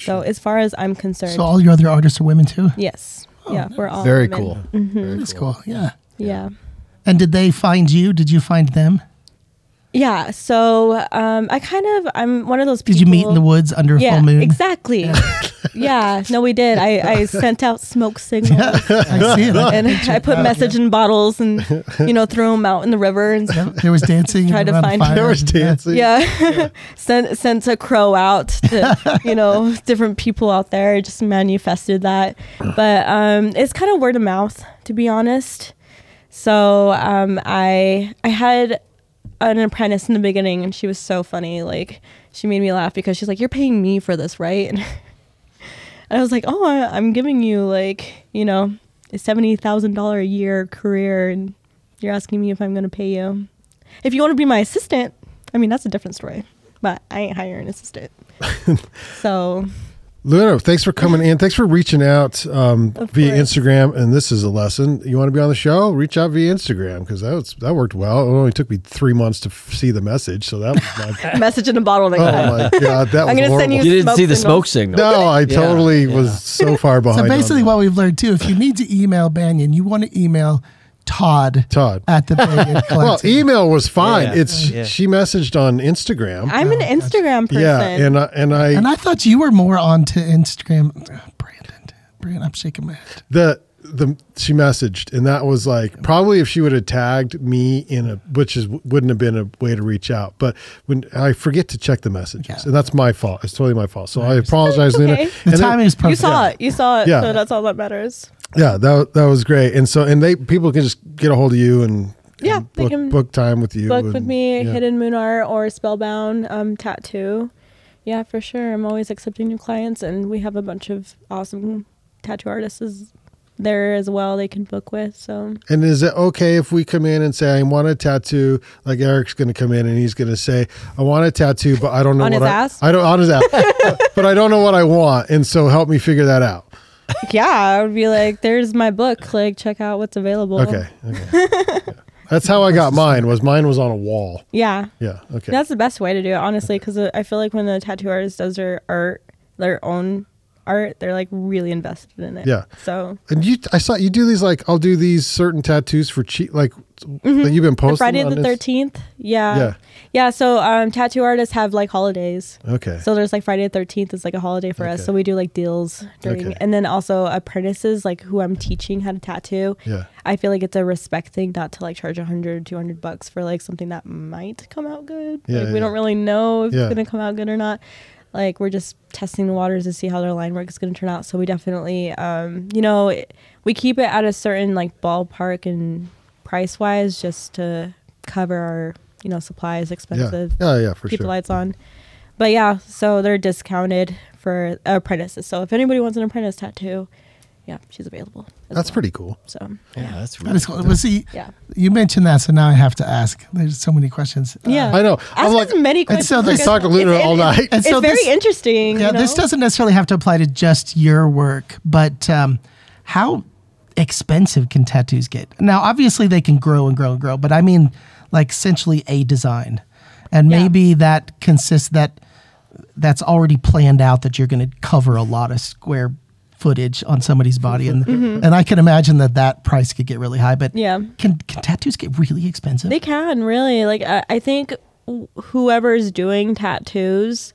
S4: So, as far as I'm concerned,
S3: So all your other artists are women too.
S4: yes.
S3: Oh,
S4: yeah, we're all Mm-hmm.
S2: Very
S4: women.
S2: cool. Very
S3: That's cool. Yeah.
S4: Yeah.
S3: And did they find you? Did you find them?
S4: Yeah. So, um, I kind of, I'm one of those people.
S3: Did you meet in the woods under a
S4: Yeah,
S3: full moon?
S4: exactly. [LAUGHS] yeah. No, we did. I, I sent out smoke signals.
S3: [LAUGHS] [LAUGHS] I see it.
S4: And I
S3: Oh,
S4: put message in bottles and, you know, threw them out in the river and
S3: Yep, There was dancing.
S4: [LAUGHS] Try to
S3: around a
S4: find-
S3: fire.
S1: There was
S3: Yeah.
S1: dancing.
S4: Yeah. [LAUGHS] sent sent a crow out to, you know, different people out there, just manifested that. But um it's kind of word of mouth, to be honest. So um I I had an apprentice in the beginning and she was so funny. Like she made me laugh because she's like, You're paying me for this, right? [LAUGHS] And I was like, Oh, I- I'm giving you like, you know, a seventy thousand dollar a year career and you're asking me if I'm gonna pay you. If you want to be my
S1: [LAUGHS]
S4: assistant, I mean that's a different story. But I ain't hiring an assistant. so
S1: Luna, thanks for coming in. Thanks for reaching out um,
S4: Of
S1: via
S4: course.
S1: Instagram. And this is a lesson. You want to be on the show? Reach out via Instagram because that was, that worked well. It only took me three months to f- see the message, so that was my. [LAUGHS]
S4: Message in a bottle next time.
S1: oh my god, that was
S4: I'm gonna
S1: horrible.
S4: send
S2: You didn't
S4: Smoke
S2: see the
S4: signal.
S2: smoke signal.
S1: no, I
S2: Yeah,
S1: totally
S2: yeah.
S1: was so far behind.
S3: So
S1: on
S3: basically,
S1: that.
S3: what we've learned too, if you need to email Banyan, you want to email Todd,
S1: [LAUGHS] Todd.
S3: at the Banyan
S1: well,
S3: Collective.
S1: email was fine.
S2: Yeah.
S1: It's
S2: Yeah.
S1: she messaged on Instagram.
S4: I'm an Instagram person.
S1: yeah, and I, and I
S3: and I thought you were more onto Instagram, Ugh, Brandon. Brandon, I'm shaking my head.
S1: the the she messaged and that was like probably if she would have tagged me in a which is wouldn't have been a way to reach out but when i forget to check the messages
S3: Yeah.
S1: and that's my fault it's totally my fault so
S4: [LAUGHS]
S1: i apologize luna
S4: okay.
S3: The
S1: And then-
S3: timing is perfect.
S4: you saw it. You saw it.
S1: Yeah.
S4: So that's all that matters.
S1: yeah that, that was great and so and they people can just get a hold of you and
S4: Yeah,
S1: and
S4: they
S1: book,
S4: can
S1: book time with you
S4: Book with
S1: and-
S4: me,
S1: yeah.
S4: Hidden Moonar or Spellbound um, Tattoo. Yeah, for sure. I'm always accepting new clients, and we have a bunch of awesome tattoo artists is- there as well. They can book with.
S1: [LAUGHS]
S4: So
S1: And is it okay if we come in and say, I want a tattoo? Like Eric's going to come in and he's going to say, I want a tattoo, but I don't know
S4: On
S1: what
S4: his
S1: I,
S4: ass?
S1: I don't on his
S4: [LAUGHS]
S1: ass, but, but I don't know what I want. And so help me figure that out.
S4: yeah, I would be like, "There's my book. Like, check out what's available."
S1: Okay. okay. Yeah. That's how I got mine was mine was on a wall.
S4: Yeah,
S1: Yeah. Okay.
S4: That's the best way to do it, honestly, because I feel like when the tattoo artist does their art, their own art, they're like really invested in it.
S1: Yeah.
S4: So
S1: and you, I saw you do these, like, I'll do these certain tattoos for cheap, like that you've been posting.
S4: Mm-hmm. the Friday
S1: on
S4: the
S1: Inst-
S4: thirteenth, yeah.
S1: Yeah.
S4: yeah, So um, tattoo artists have like holidays.
S1: Okay.
S4: So there's like Friday the thirteenth is like a holiday for
S1: Okay.
S4: us. So we do like deals during,
S1: Okay.
S4: and then also apprentices, like who I'm teaching how to tattoo.
S1: Yeah.
S4: I feel like it's a respect thing not to like charge 100, 200 bucks for like something that might come out good.
S1: Yeah,
S4: like we
S1: yeah.
S4: don't really know if
S1: Yeah.
S4: it's going to come out good or not. Like we're just testing the waters to see how their line work is going to turn out. So we definitely, um, you know, it, we keep it at a certain like ballpark and price wise just to cover our, you know, supplies,
S1: Yeah.
S4: expenses,
S1: Yeah. Yeah. For
S4: keep
S1: sure.
S4: the lights on. But yeah, so they're discounted for apprentices. So if anybody wants an apprentice tattoo, yeah, she's available. as
S1: That's
S4: well.
S1: pretty cool.
S4: So
S2: Yeah, that's
S3: That
S2: really
S3: is cool. But see,
S4: yeah.
S3: you mentioned that, so now I have to ask. There's so many questions. Uh,
S4: Yeah.
S1: I know.
S4: Ask
S1: I'm like,
S4: as many
S3: and
S4: questions.
S3: so this-
S4: as-
S1: Talk to Luna
S4: it's-
S1: all
S4: it's-
S1: night.
S4: It's
S3: And so
S4: very
S3: this-
S4: interesting.
S3: Yeah,
S4: you know?
S3: this doesn't necessarily have to apply to just your work, but um, how expensive can tattoos get? Now, obviously, they can grow and grow and grow, but I mean, like essentially a design, and
S4: Yeah.
S3: maybe that consists that that's already planned out that you're going to cover a lot of square footage on somebody's body, and and I can imagine that that price could get really high. But
S4: Mm-hmm. Yeah.
S3: can can tattoos get really expensive?
S4: They can really like. I, I think wh- whoever's doing tattoos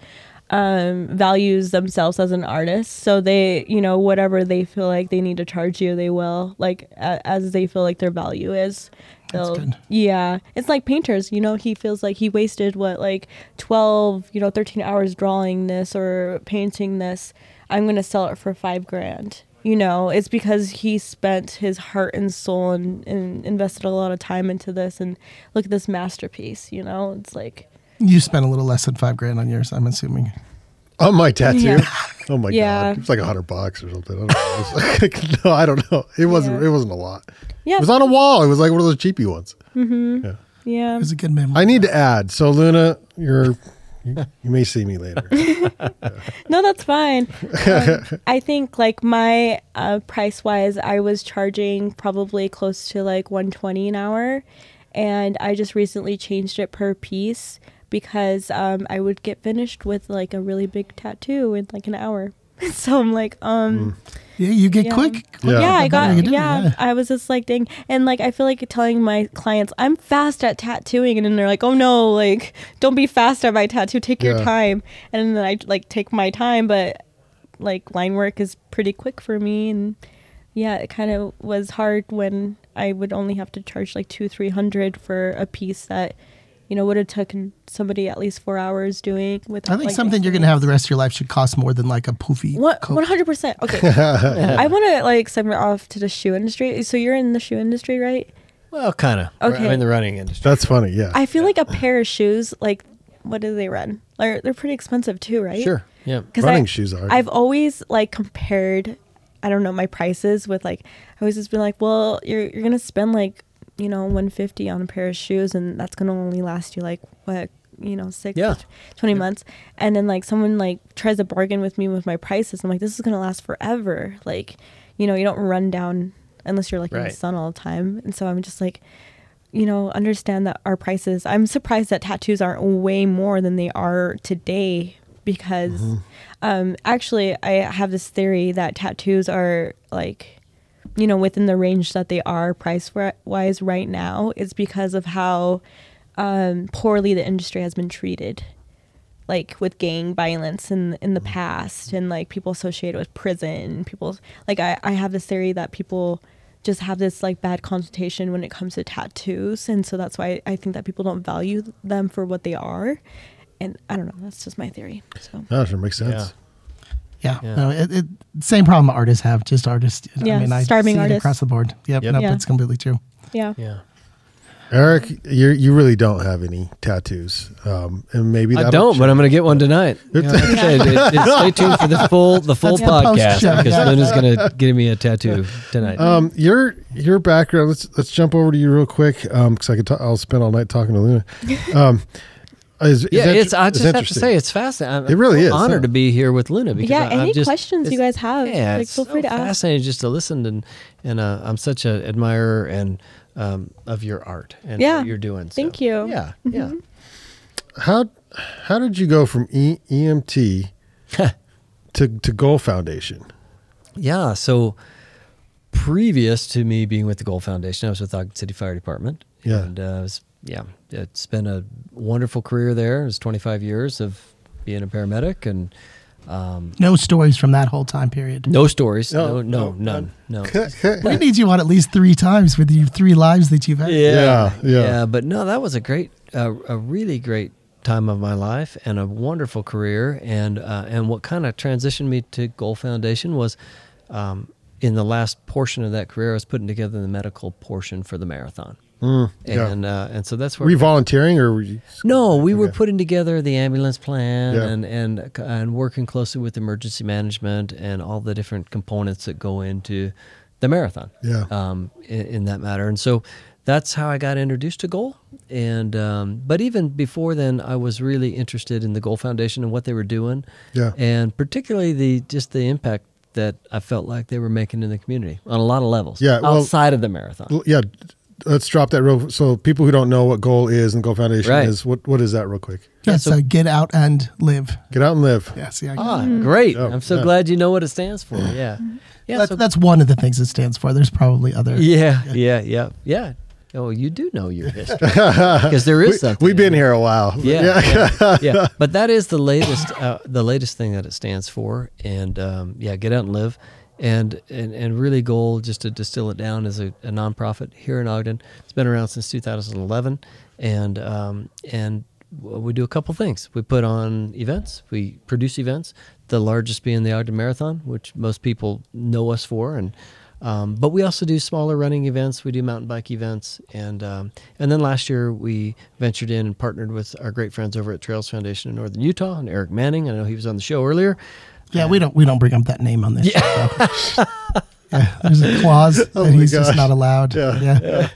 S4: um, values themselves as an artist, so they, you know, whatever they feel like they need to charge you, they will. Like a, as they feel like their value is.
S3: That's
S4: They'll-
S3: good.
S4: Yeah, it's like painters. You know, he feels like he wasted what like twelve, you know, thirteen hours drawing this or painting this. I'm gonna sell it for five grand. You know, it's because he spent his heart and soul and, and invested a lot of time into this. And look at this masterpiece. You know, it's like
S3: you spent a little less than five grand on yours, I'm assuming.
S1: on my tattoo.
S4: Yeah.
S1: Oh my
S4: Yeah.
S1: god, it's like a hundred bucks or something. I don't know. It's like- [LAUGHS] no, I don't know. It wasn't.
S4: Yeah.
S1: It wasn't a lot.
S4: yeah,
S1: It was on a wall. It was like one of those cheapy ones.
S4: yeah.
S3: It was a good memory.
S1: I need to add. So Luna, you're you, you may see me
S4: [LAUGHS]
S1: later.
S4: No, that's fine. Um, I think like my uh, price wise, I was charging probably close to like 120 an hour, and I just recently changed it per piece because um, I would get finished with like a really big tattoo in like an hour. [LAUGHS] so I'm like, um,
S3: Yeah, you get
S4: Yeah.
S3: quick. quick
S1: Yeah.
S4: yeah, I
S3: the better you
S4: got
S3: do,
S4: yeah, I was just like dang and like I feel like telling my clients I'm fast at tattooing and then they're like oh no like don't be fast at my tattoo take
S1: Yeah.
S4: your time and then I like take my time but like line work is pretty quick for me and yeah it kind of was hard when I would only have to charge like two three hundred for a piece that you know would have taken somebody at least four hours doing with
S3: I think something you're going to have the rest of your life should cost more than like a poofy
S4: what
S3: coat.
S4: one hundred percent? Okay,
S1: [LAUGHS]
S4: I want to like segment off to the shoe industry. So you're in the shoe industry, right?
S2: well, kind of. I'm
S4: Okay.
S2: in the running industry.
S1: That's funny. Yeah.
S4: I feel like a pair of shoes, like what do they run? Like they're pretty expensive too, right?
S1: sure.
S2: Yeah.
S4: 'Cause
S1: Running
S4: I-
S1: shoes are.
S4: I've always like compared, I don't know, my prices with like I always just been like, well, you're you're gonna spend like you know 150 on a pair of shoes, and that's gonna only last you like what you know, six,
S2: Yeah.
S4: 20 months. And then like someone like tries to bargain with me with my prices. I'm like, this is going to last forever. Like, you know, you don't run down unless you're like in
S2: Right.
S4: the sun all the time. And so I'm just like, you know, understand that our prices, I'm surprised that tattoos aren't way more than they are today because
S2: Mm-hmm.
S4: um, actually I have this theory that tattoos are like, you know, within the range that they are price ri- wise right now is because of how um, poorly the industry has been treated. Like with gang violence in in the past, and like people associated with prison, people like I, I have this theory that people just have this like bad connotation when it comes to tattoos, and so that's why I think that people don't value them for what they are, and I don't know. That's just my theory. So
S1: Oh, sure, makes sense.
S2: Yeah.
S3: Yeah,
S2: Yeah.
S3: no, it, it, same problem artists have. Just artists.
S4: Yeah,
S3: I mean, I
S4: starving
S3: see it
S4: artists.
S3: across the board. Yep,
S2: Yep.
S3: nope,
S4: Yeah.
S3: it's completely true.
S4: yeah,
S2: Yeah.
S1: Eric, you you really don't have any tattoos, um, and maybe
S2: I
S1: that'll
S2: don't,
S1: ch-
S2: but I'm going to get one [LAUGHS] tonight. You know, like I said, it- it- stay tuned for the full the full
S3: That's the post
S2: podcast
S3: show,
S2: because
S3: yeah.
S2: Luna's going to give me a tattoo tonight.
S1: um, your your background. Let's let's jump over to you real quick because I could ta- I'll spend all night talking to
S4: [LAUGHS]
S1: Luna. Um, is, is
S2: yeah,
S1: that-
S2: it's. I
S1: is
S2: just have to
S1: interesting.
S2: say, it's fascinating. I'm
S1: It really is,
S2: honored
S1: huh?
S2: to be here with Luna. Because
S4: yeah.
S2: I, I'm
S4: any
S2: just-
S4: questions you
S2: it's-
S4: guys have?
S2: Yeah,
S4: like
S2: it's
S4: feel free
S2: so
S4: to ask.
S2: fascinating just to listen and and uh, I'm such an admirer and um, of your art and
S4: Yeah.
S2: what you're doing. so-
S4: Thank you. Mm-hmm.
S2: Yeah, yeah.
S1: how how did you go from e- EMT to to Goal Foundation?
S2: Yeah. So previous to me being with the Gold Foundation, I was with Ogden City Fire Department.
S1: Yeah.
S2: And uh, it was, yeah, it's been a wonderful career there. It was 25 years of being a paramedic and
S3: [LAUGHS]
S2: um,
S3: No stories from that whole time period.
S2: no stories.
S1: No,
S2: No, no,
S1: no,
S2: none.
S1: [LAUGHS]
S2: No.
S3: We need you on at least three times with your three lives that you've had.
S1: Yeah, yeah.
S2: But no, that was a great, uh, a really great time of my life and a wonderful career. And uh, and what kind of transitioned me to Gold Foundation was, um, in the last portion of that career, I was putting together the medical portion for the marathon.
S1: Mm, yeah.
S2: And uh, and so that's where
S1: Were you volunteering or were you?
S2: no, we were
S1: Okay.
S2: putting together the ambulance plan
S1: Yeah.
S2: and and and working closely with emergency management and all the different components that go into the marathon.
S1: Yeah.
S2: Um, in, in that matter, and so that's how I got introduced to Goal. And um, but even before then, I was really interested in the Goal Foundation and what they were doing.
S1: Yeah.
S2: And particularly the just the impact that I felt like they were making in the community on a lot of levels.
S1: Yeah, well-
S2: outside of the marathon.
S1: L- Yeah, let's drop that real. So people who don't know what Goal is and Goal Foundation
S2: Right.
S1: is, what what is that real quick?
S2: Yeah,
S3: That's
S2: so-
S3: a uh, get out and live.
S1: Get out and live.
S3: Yeah, see, I got
S2: Ah, great.
S1: Yeah,
S2: I'm so
S1: yeah.
S2: glad you know what it stands for. Yeah. Yeah.
S3: that's,
S2: so-
S3: that's one of the things it stands for. There's probably
S2: [LAUGHS]
S3: other.
S2: yeah, yeah, yeah, yeah. Oh, you do know your history
S1: [LAUGHS]
S2: because there is something.
S1: We've been here a while.
S2: Yeah, yeah, [LAUGHS] yeah. But that is the latest, uh, the latest thing that it stands for. And um, yeah, get out and live, and and and really goal just to distill it down is a, a nonprofit here in Ogden. It's been around since 2011, and um, and w- we do a couple things. We put on events. We produce events. The largest being the Ogden Marathon, which most people know us for, and. Um, but we also do smaller running events. We do mountain bike events, and um, and then last year we ventured in and partnered with our great friends over at Trails Foundation in Northern Utah and Eric Manning. I know he was on the show earlier.
S3: Yeah, we don't we don't bring up that name on this. Yeah. [LAUGHS] yeah, there's a clause that
S1: my
S3: he's just
S1: gosh.
S3: not allowed.
S1: Yeah.
S3: Yeah,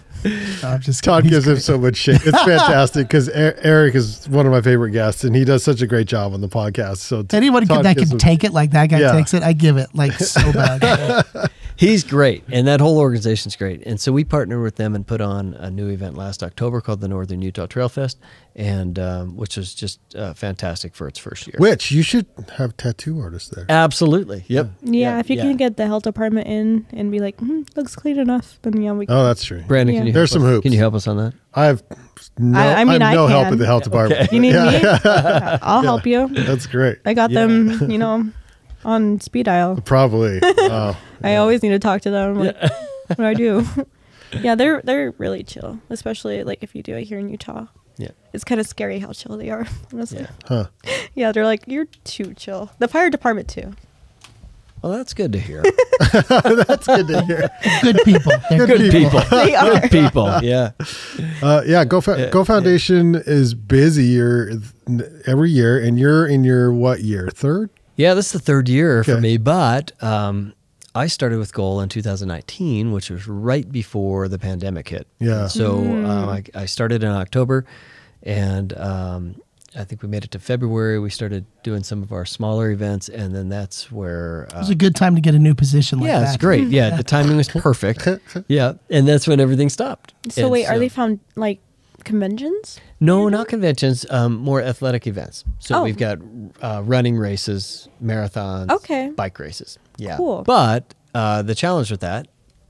S3: No, I'm just
S1: Todd
S3: he's
S1: gives him
S3: great.
S1: so much shit.
S2: [LAUGHS]
S1: It's fantastic because Eric is one of my favorite guests, and he does such a great job on the podcast. So t-
S3: anyone
S1: Todd
S3: can, that
S1: gives
S3: can
S1: him-
S3: take it like that guy
S1: Yeah.
S3: takes it. I give it like so bad. Yeah.
S2: He's great, and that whole organization's great. And so we partnered with them and put on a new event last October called the Northern Utah Trail Fest, and um, which was just uh, fantastic for its first year.
S1: Which you should have tattoo artists there.
S2: Absolutely. Yep.
S4: Yeah, if you
S2: yeah.
S4: can get the health department in and be like, hmm, looks clean enough, then yeah, we can.
S1: Oh, that's true.
S2: Brandon,
S4: Yeah.
S2: can you
S1: There's
S2: help
S1: some
S2: us?
S1: hoops.
S2: Can you help us on that?
S1: I've no, I,
S4: I- I mean,
S1: have
S4: I
S1: no help
S4: can.
S1: at the health department.
S4: [LAUGHS]
S1: [LAUGHS]
S4: you need me? I'll help you.
S1: That's great.
S4: I got them, you know, on speed dial. [LAUGHS]
S1: Probably. Oh, Wow.
S4: I always need to talk to them. Like, what do I do? [LAUGHS] yeah, they're they're really chill, especially like if you do it here in Utah.
S2: Yeah.
S4: It's kind of scary how chill they are. [LAUGHS] Honestly.
S2: Yeah.
S4: Yeah.
S1: Huh.
S4: they're like you're too chill. The fire department too.
S2: Well, that's good to hear.
S1: That's good to hear.
S3: Good people. They're good.
S2: Good people.
S4: [LAUGHS] They are.
S2: Good people. Yeah.
S1: Uh, yeah, Go, Fo- Go Foundation is busier th- every year, and you're in your what year? Third?
S2: Yeah, this is the third year for
S1: Okay.
S2: me, but um, I started with Goal in 2019, which was right before the pandemic hit.
S1: Yeah.
S4: Mm-hmm.
S2: So um, I, I started in October, and um, I think we made it to February. We started doing some of our smaller events, and then that's where uh,
S3: It was a good time to get a new position like
S2: yeah,
S3: that.
S2: it's great. Yeah,
S1: [LAUGHS]
S2: the timing was perfect. Yeah, and that's when everything stopped.
S4: So
S2: And
S4: wait, are they found like conventions?
S2: No, not conventions. Um, more athletic events. So
S4: Oh.
S2: we've got uh, running races, marathons,
S4: Okay.
S2: bike races. Yeah,
S4: Cool.
S2: But uh, the challenge with that,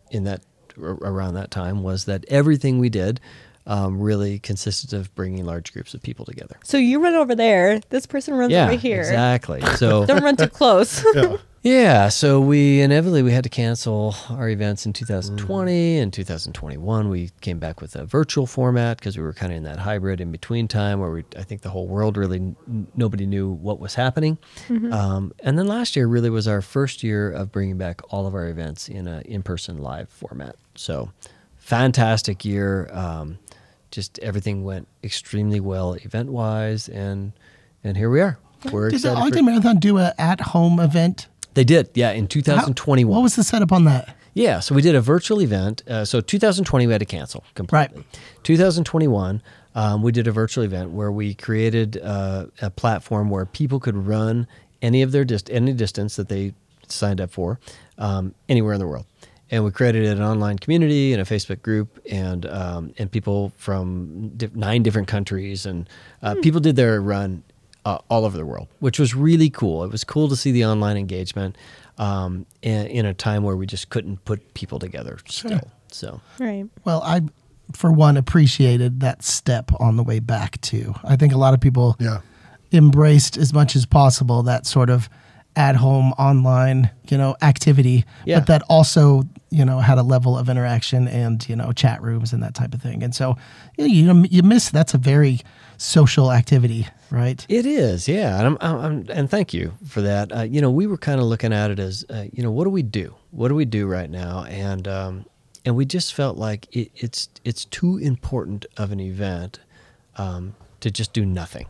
S2: in that ar- around that time, was that everything we did um, really consisted of bringing large groups of people together.
S4: So you run over there. This person runs
S2: yeah,
S4: over here. [LAUGHS]
S2: exactly. So [LAUGHS]
S4: Don't run too close.
S1: Yeah.
S2: Yeah, so we inevitably we had to cancel our events in 2020
S3: Mm.
S2: and 2021. We came back with a virtual format because we were kind of in that hybrid in between time where we, I think the whole world really n- nobody knew what was happening.
S3: Mm-hmm.
S2: Um, and then last year really was our first year of bringing back all of our events in a in-person live format. So fantastic year. Um, just everything went extremely well event-wise, and and here we are. We're
S3: Did the
S2: excited. for-
S3: Ogden Marathon do a at home event?
S2: they did, yeah, in
S3: How-
S2: 2021.
S3: What was the setup on that?
S2: Yeah, so we did a virtual event. Uh, so 2020 we had to cancel completely. 2021 um, we did a virtual event where we created uh, a platform where people could run any of their dist- any distance that they signed up for um, anywhere in the world, and we created an online community and a Facebook group and um, and people from di- nine different countries and uh, people did their run uh, all over the world, which was really cool. It was cool to see the online engagement um, in, in a time where we just couldn't put people together still. So,
S4: [LAUGHS] right.
S3: Well, I, for one, appreciated that step on the way back too. I think a lot of people
S1: Yeah.
S3: embraced as much as possible that sort of at home online, you know, activity,
S2: Yeah.
S3: but that also, you know, had a level of interaction and, you know, chat rooms and that type of thing. And so you you, you miss that's a very social activity, right?
S2: It is, yeah, and I'm, I'm, I'm and thank you for that. Uh, you know, we were kind of looking at it as, uh, you know, what do we do? What do we do right now? And um, and we just felt like it, it's it's too important of an event um, to just do nothing.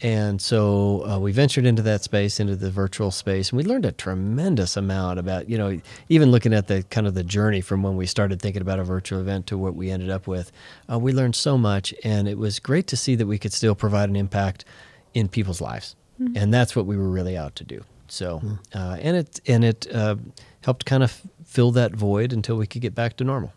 S2: And so uh, we ventured into that space, into the virtual space, and we learned a tremendous amount about, you know, even looking at the kind of the journey from when we started thinking about a virtual event to what we ended up with. Uh, we learned so much, and it was great to see that we could still provide an impact in people's lives,
S4: Mm-hmm.
S2: and that's what we were really out to do. So,
S3: Hmm.
S2: uh, and it and it uh, helped kind of fill that void until we could get back to normal,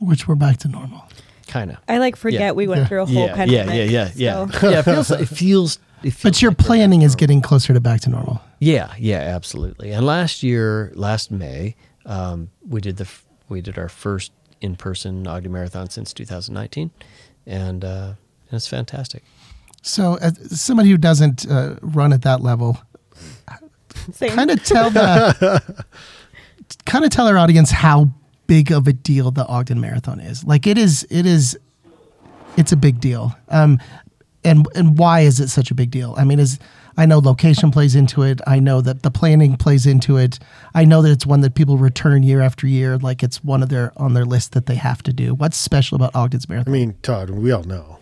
S3: Which we're back to normal.
S2: kind of.
S4: I like forget
S2: Yeah.
S4: we went through a whole
S2: yeah, yeah,
S4: pandemic.
S2: yeah, yeah, [LAUGHS]
S4: so-
S2: yeah. It feels. It feels. It feels
S3: But your
S2: like we're back
S3: planning
S2: to
S3: is
S2: normal.
S3: getting closer to back to normal.
S2: Yeah, yeah, absolutely. And last year, last May, um, we did the f- we did our first in person Ogden Marathon since 2019, and uh, it's
S4: [LAUGHS]
S2: fantastic.
S3: So as somebody who doesn't uh, run at that level,
S4: [LAUGHS] Same.
S3: kind of tell the kind of tell our audience how big of a deal the Ogden Marathon is. Like it is, it is, it's a big deal. Um, and and why is it such a big deal? I mean, is I know location plays into it. I know that the planning plays into it. I know that it's one that people return year after year. Like it's one of their on their list that they have to do. What's special about Ogden's
S1: I
S3: Marathon?
S1: mean, Todd, we all know.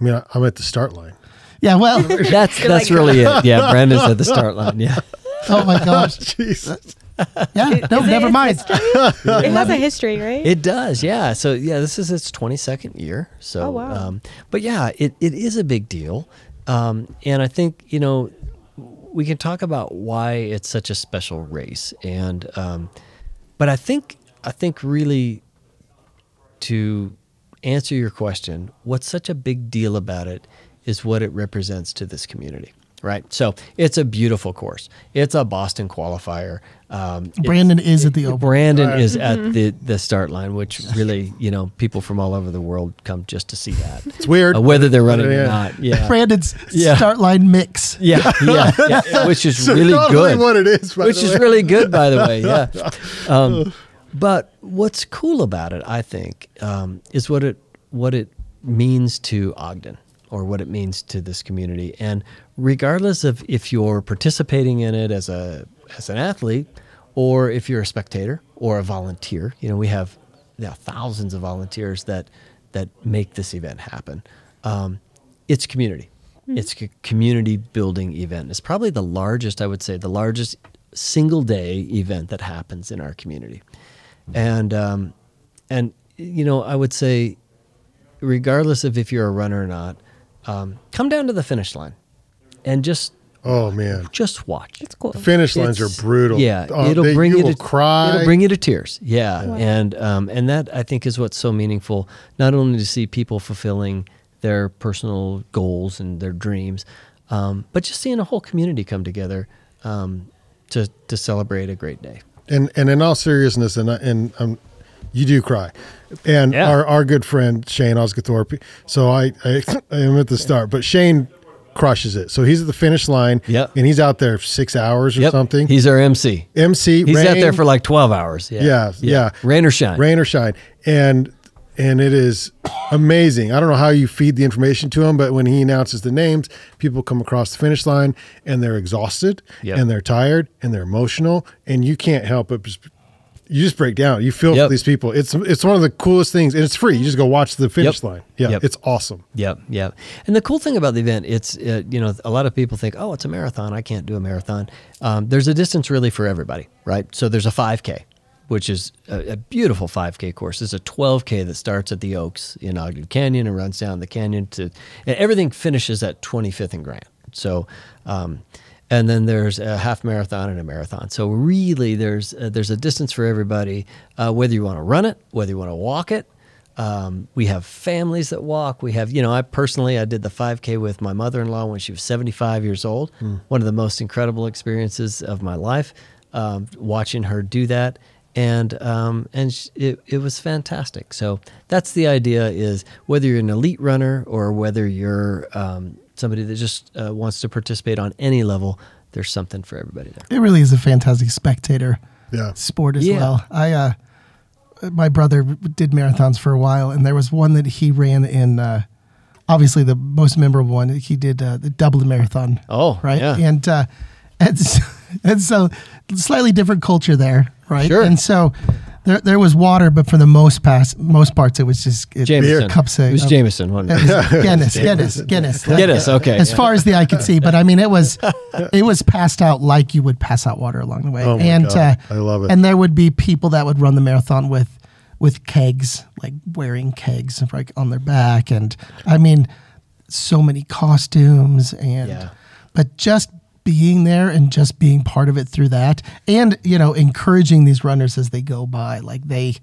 S1: I mean, I, I'm at the start line. [LAUGHS]
S3: Yeah,
S4: [LAUGHS]
S3: well,
S2: That's that's
S4: You're like-
S2: really
S4: [LAUGHS]
S2: it. Yeah, Brandon's at the start line. Yeah,
S3: [LAUGHS] oh my gosh,
S1: Jesus.
S4: [LAUGHS]
S3: yeah, no,
S4: Is it-
S3: never
S4: it's
S3: mind.
S4: history? it has a history, right?
S2: it does. Yeah. So yeah, this is its 22nd year. So
S4: Oh, wow.
S2: um, but yeah, it, it is a big deal, um, and I think you know we can talk about why it's such a special race, and um, but I think I think really to answer your question, what's such a big deal about it is what it represents to this community, right? So it's a beautiful course. It's a Boston qualifier. Um, it's-
S3: Brandon is at the Oval.
S2: Brandon is
S1: Mm-hmm.
S2: at the, the start
S1: [LAUGHS]
S2: line, which really, you know, people from all over the world come just to see
S1: [LAUGHS]
S2: that.
S1: It's weird.
S2: Uh, whether they're running
S1: Yeah.
S2: or not. Yeah.
S3: Brandon's
S2: Yeah.
S3: start line mix.
S2: Yeah,
S1: [LAUGHS]
S2: yeah, yeah, yeah, which is
S1: So
S2: really
S1: probably
S2: good.
S1: what it is, by
S2: which
S1: the
S2: is
S1: way.
S2: really good, by the way. Yeah.
S1: [LAUGHS]
S2: Um, but what's cool about it, I think, um, is what it what it means to Ogden or what it means to this community. And regardless of if you're participating in it as a as an athlete, or if you're a spectator or a volunteer, you know we have yeah, thousands of volunteers that that make this event happen. Um, it's community. It's a community building event. It's probably the largest, I would say, the largest single day event that happens in our community. And um, and you know, I would say regardless of if you're a runner or not, um, come down to the finish line and just
S1: Oh man,
S2: just watch.
S4: It's cool.
S1: finish lines
S2: It's-
S1: are brutal.
S2: Yeah,
S1: Oh,
S2: it'll
S1: they-
S2: bring you
S1: will
S2: to
S1: cry.
S2: It'll bring you to tears. Yeah,
S4: Wow.
S2: and um, and that I think is what's so meaningful. Not only to see people fulfilling their personal goals and their dreams, um, but just seeing a whole community come together um, to to celebrate a great day.
S1: and and in all seriousness, and I- and um, you do cry. And
S2: Yeah.
S1: our, our good friend Shane Osgathorpe. So I, I I am at the start, but Shane crushes it. So he's at the finish line.
S2: Yep.
S1: And he's out there six hours or
S2: Yep,
S1: something.
S2: He's our MC.
S1: MC.
S2: He's out there
S1: rain,
S2: for like twelve hours. Yeah,
S1: Yeah, yeah.
S2: Rain or shine.
S1: rain or shine, and and it is amazing. I don't know how you feed the information to him, but when he announces the names, people come across the finish line and they're exhausted
S2: Yep.
S1: and they're tired and they're emotional, and you can't help but just you just break down. You feel
S2: Yep.
S1: for these people. It's it's one of the coolest things, and it's free. You just go watch the finish
S2: Yep.
S1: line. Yeah,
S2: Yep.
S1: it's awesome.
S2: Yep, yep. And the cool thing about the event, it's uh, you know a lot of people think, oh, it's a marathon. I can't do a marathon. Um, there's a distance really for everybody, right? So there's a 5K, which is a, a beautiful 5K course. There's a 12K that starts at the Oaks in Ogden Canyon and runs down the canyon to, and everything finishes at 25th and Grant. So, um, and then there's a half marathon and a marathon. So really, there's uh, there's a distance for everybody, uh, whether you want to run it, whether you want to walk it. Um, we have families that walk. We have, you know, I personally I did the 5K with my mother-in-law when she was 75 years old. One of the most incredible experiences of my life, um, watching her do that, and um, and sh- it it was fantastic. So that's the idea: is whether you're an elite runner or whether you're um, somebody that just uh, wants to participate on any level, there's something for everybody there.
S3: It really is a fantastic spectator
S1: Yeah.
S3: sport as
S2: Yeah.
S3: well. I uh, my brother did marathons for a while, and there was one that he ran in. Uh, obviously, the most memorable one he did uh, the Dublin Marathon.
S2: Oh,
S3: right,
S2: yeah.
S3: and uh, and [LAUGHS] so, and so slightly different culture there, right?
S2: Sure.
S3: And so there there was water, but for the most pass most parts, it was just it,
S2: Jameson,
S3: cups of
S2: it was
S3: of-
S2: Jameson. wasn't it?
S3: [LAUGHS] it was Guinness, Guinness, Guinness,
S2: Guinness, okay,
S3: As
S2: yeah.
S3: far as the eye could see, but I mean, it was
S1: [LAUGHS]
S3: it was passed out like you would pass out water along the way,
S1: Oh my
S3: and uh,
S1: God, I love it.
S3: And there would be people that would run the marathon with with kegs, like wearing kegs like on their back, and I mean, so many costumes and
S2: Yeah.
S3: but just being there and just being part of it through that and you know encouraging these runners as they go by like they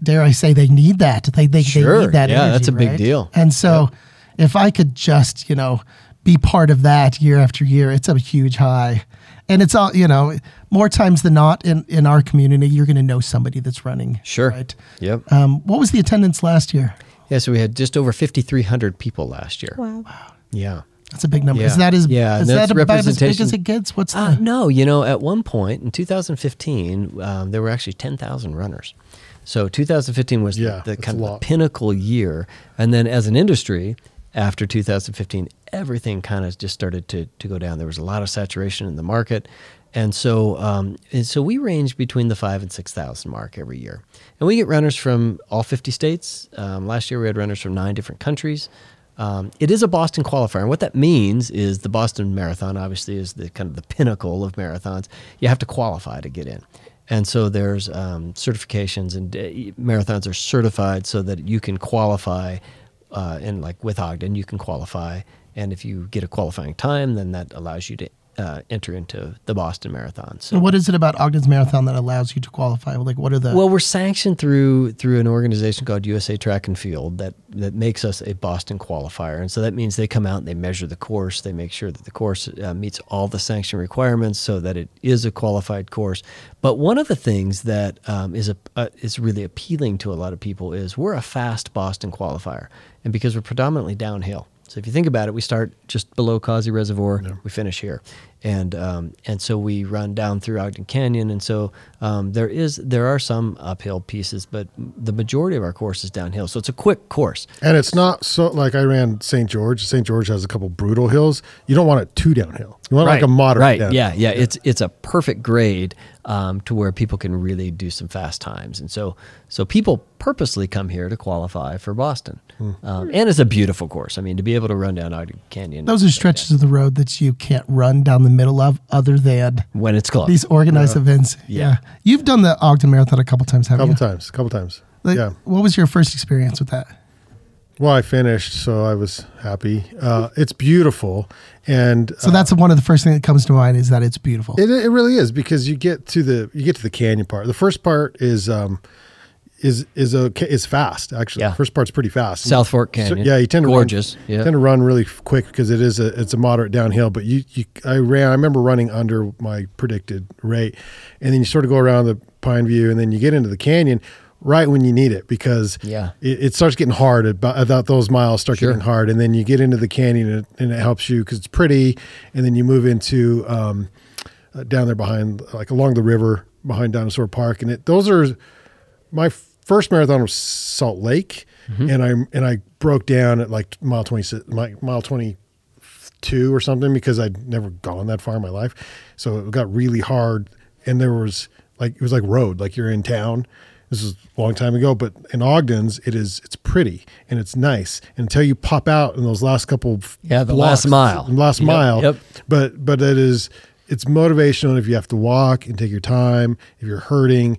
S3: dare i say they need that they they,
S2: Sure.
S3: they need that
S2: Yeah,
S3: energy,
S2: that's a big
S3: right?
S2: deal.
S3: and so if i could just you know be part of that year after year it's a huge high and it's all you know more times than not in in our community you're going to know somebody that's running
S2: Sure.
S3: right
S2: Yep.
S3: um, what was the attendance last year
S2: Yeah. So we had just over 5,300 people last year.
S4: Wow.
S2: Yeah.
S3: that's a big number
S2: Yeah.
S3: is that as
S2: Yeah, and
S3: is
S2: that's
S3: that about as big
S2: representation-
S3: as it gets what's the
S2: Uh, no, you know, at one point in 2015, um, there were actually 10,000 runners. So 2015 was the-
S1: Yeah,
S2: the,
S1: that's
S2: kind
S1: a
S2: of the
S1: lot.
S2: pinnacle year. And then as an industry, after 2015, everything kind of just started to, to go down. There was a lot of saturation in the market. And so, um, and so we range between the five and 6,000 mark every year. And we get runners from all 50 states. Um, last year, we had runners from nine different countries. Um, it is a Boston qualifier, and what that means is the Boston Marathon obviously is the kind of the pinnacle of marathons. You have to qualify to get in, and so there's um, certifications and uh, marathons are certified so that you can qualify. Uh, and like with Ogden, you can qualify, and if you get a qualifying time, then that allows you to uh, enter into the Boston Marathon. So
S3: So what is it about Ogden's marathon that allows you to qualify? Like what are the
S2: well, we're sanctioned through through an organization called USA Track and Field that that makes us a Boston qualifier, and so that means they come out and they measure the course, they make sure that the course uh, meets all the sanction requirements, so that it is a qualified course. But one of the things that um, is a uh, is really appealing to a lot of people is we're a fast Boston qualifier, and because we're predominantly downhill. So if you think about it, we start just below Causey Reservoir, we finish here, and um, and so we run down through Ogden Canyon, and so um, there is there are some uphill pieces, but the majority of our course is downhill. So it's a quick course.
S1: And it's not so like I ran St. George. St. George has a couple brutal hills. You don't want it too downhill. You want like a moderate.
S2: Right.
S1: downhill.
S2: Yeah. Yeah. It's it's a perfect grade um, to where people can really do some fast times, and so so people purposely come here to qualify for Boston,
S1: Hmm.
S2: um, and it's a beautiful course. I mean, to be able to run down Ogden Canyon.
S3: those are stretches of the road that you can't run down the middle of other than
S2: when it's closed.
S3: these organized events.
S2: Yeah.
S3: You've done the Ogden marathon a couple times, haven't
S1: couple
S3: you?
S1: times. couple times.
S3: Like,
S1: yeah.
S3: What was your first experience with that?
S1: Well, I finished, so I was happy. Uh, it's beautiful, and
S2: Uh,
S1: uh,
S3: So that's one of the first thing that comes to mind is that it's beautiful.
S1: It, it really is because you get to the you get to the canyon part. The first part is um is is a is fast actually.
S2: Yeah.
S1: The first part's pretty fast.
S2: South Fork
S1: So,
S2: Canyon.
S1: yeah, you tend to
S2: gorgeous.
S1: Run,
S2: Yeah.
S1: tend to run really f- quick because it is a it's a moderate downhill. But you you I ran. I remember running under my predicted rate, and then you sort of go around the Pine View, and then you get into the canyon right when you need it because
S2: Yeah.
S1: it, it starts getting hard about, about those miles start
S2: Sure.
S1: getting hard and then you get into the canyon and, and it helps you because it's pretty and then you move into um, uh, down there behind like along the river behind dinosaur park and it those are my first marathon was salt lake and i and i broke down at like mile 26 my mile 22 or something because i'd never gone that far in my life so it got really hard and there was like it was like road like you're in town this is a long time ago but in ogden's it is it's pretty and it's nice until you pop out in those last couple
S2: Yeah, the last mile.
S1: last
S2: Yep,
S1: mile
S2: yep.
S1: but but it is it's motivational if you have to walk and take your time if you're hurting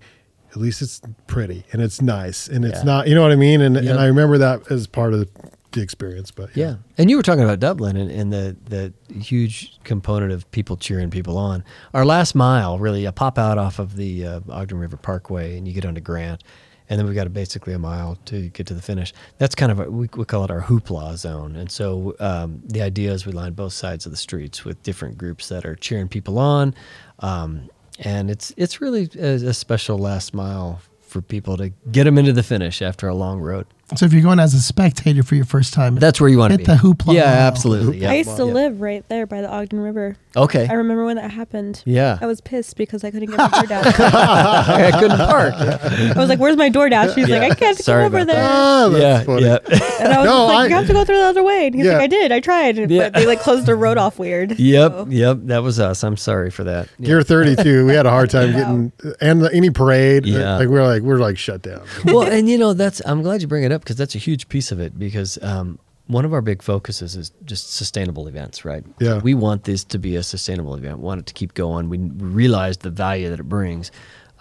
S1: at least it's pretty and it's nice and it's
S2: Yeah.
S1: not you know what i mean and,
S2: Yep.
S1: and i remember that as part of the experience but
S2: Yeah. And you were talking about Dublin and, and the, the huge component of people cheering people on. Our last mile, really, a pop out off of the uh, Ogden River Parkway, and you get onto Grant. And then we've got a, basically a mile to get to the finish. That's kind of, a, we, we call it our hoopla zone. And so um, the idea is we line both sides of the streets with different groups that are cheering people on. Um, and it's, it's really a, a special last mile for people to get them into the finish after a long road.
S3: So if you're going as a spectator for your first time,
S2: That's where you want to
S3: hit
S2: be.
S3: the hoopla.
S2: Yeah,
S3: mile.
S2: absolutely. Yeah.
S4: I used to
S2: Yeah.
S4: live right there by the Ogden River.
S2: Okay. [LAUGHS]
S4: I remember when that happened.
S2: Yeah.
S4: I was pissed because I couldn't get my DoorDash.
S2: [LAUGHS] I couldn't park.
S4: [LAUGHS] I was like, "Where's my DoorDash?" He's
S2: Yeah.
S4: like, "I can't
S2: Sorry
S4: come over
S2: about
S4: there."
S1: Ah, that's
S2: yeah,
S1: funny.
S4: [LAUGHS]
S2: yeah,
S4: And I was
S1: No,
S4: just like,
S1: I-
S4: "You have to go through the other way." And he's
S1: Yeah.
S4: like, "I did. I tried."
S2: Yeah.
S4: But they like closed the road off weird.
S2: yep,
S4: So-
S2: yep. That was us. I'm sorry for that. Yeah.
S1: Year 32, we had a hard
S2: [LAUGHS]
S1: time getting and the, any parade. uh,
S2: Yeah.
S1: Like we are like we're like shut
S2: [LAUGHS]
S1: down.
S2: [LAUGHS] well, and you know that's. I'm glad you bring it up because that's a huge piece of it. Because um, one of our big focuses is just sustainable events, right?
S1: Yeah.
S2: We want this to be a sustainable event. We want it to keep going. We realize the value that it brings.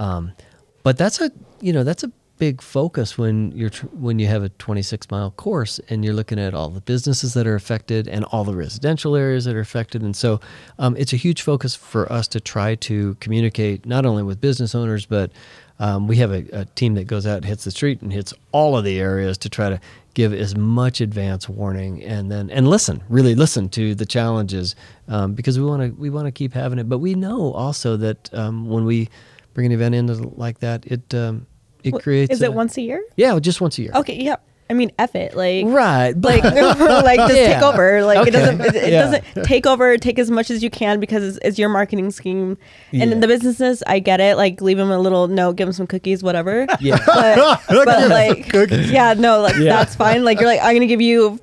S2: Um, but that's a you know that's a big focus when you're tr- when you have a 26 mile course and you're looking at all the businesses that are affected and all the residential areas that are affected and so um, it's a huge focus for us to try to communicate not only with business owners but um, we have a, a team that goes out and hits the street and hits all of the areas to try to give as much advance warning and then and listen really listen to the challenges um, because we want to we want to keep having it but we know also that um, when we bring an event in like that it um, it
S4: Wh-
S2: creates
S4: Is it
S2: a-
S4: once a year?
S2: yeah just once a year
S4: Okay. Yeah. I mean, F it. Like.
S2: right
S4: Like, [LAUGHS] like just
S2: Yeah.
S4: take over. Like
S2: Okay.
S4: it doesn't, it, it
S2: Yeah.
S4: doesn't take over. Take as much as you can because it's, it's your marketing scheme. And
S2: Yeah.
S4: the businesses, I get it. Like leave them a little note, give them some cookies,
S2: [LAUGHS]
S4: whatever.
S2: [LAUGHS] yeah
S4: but, but like yeah no like
S2: Yeah.
S4: that's fine like you're like i'm gonna give you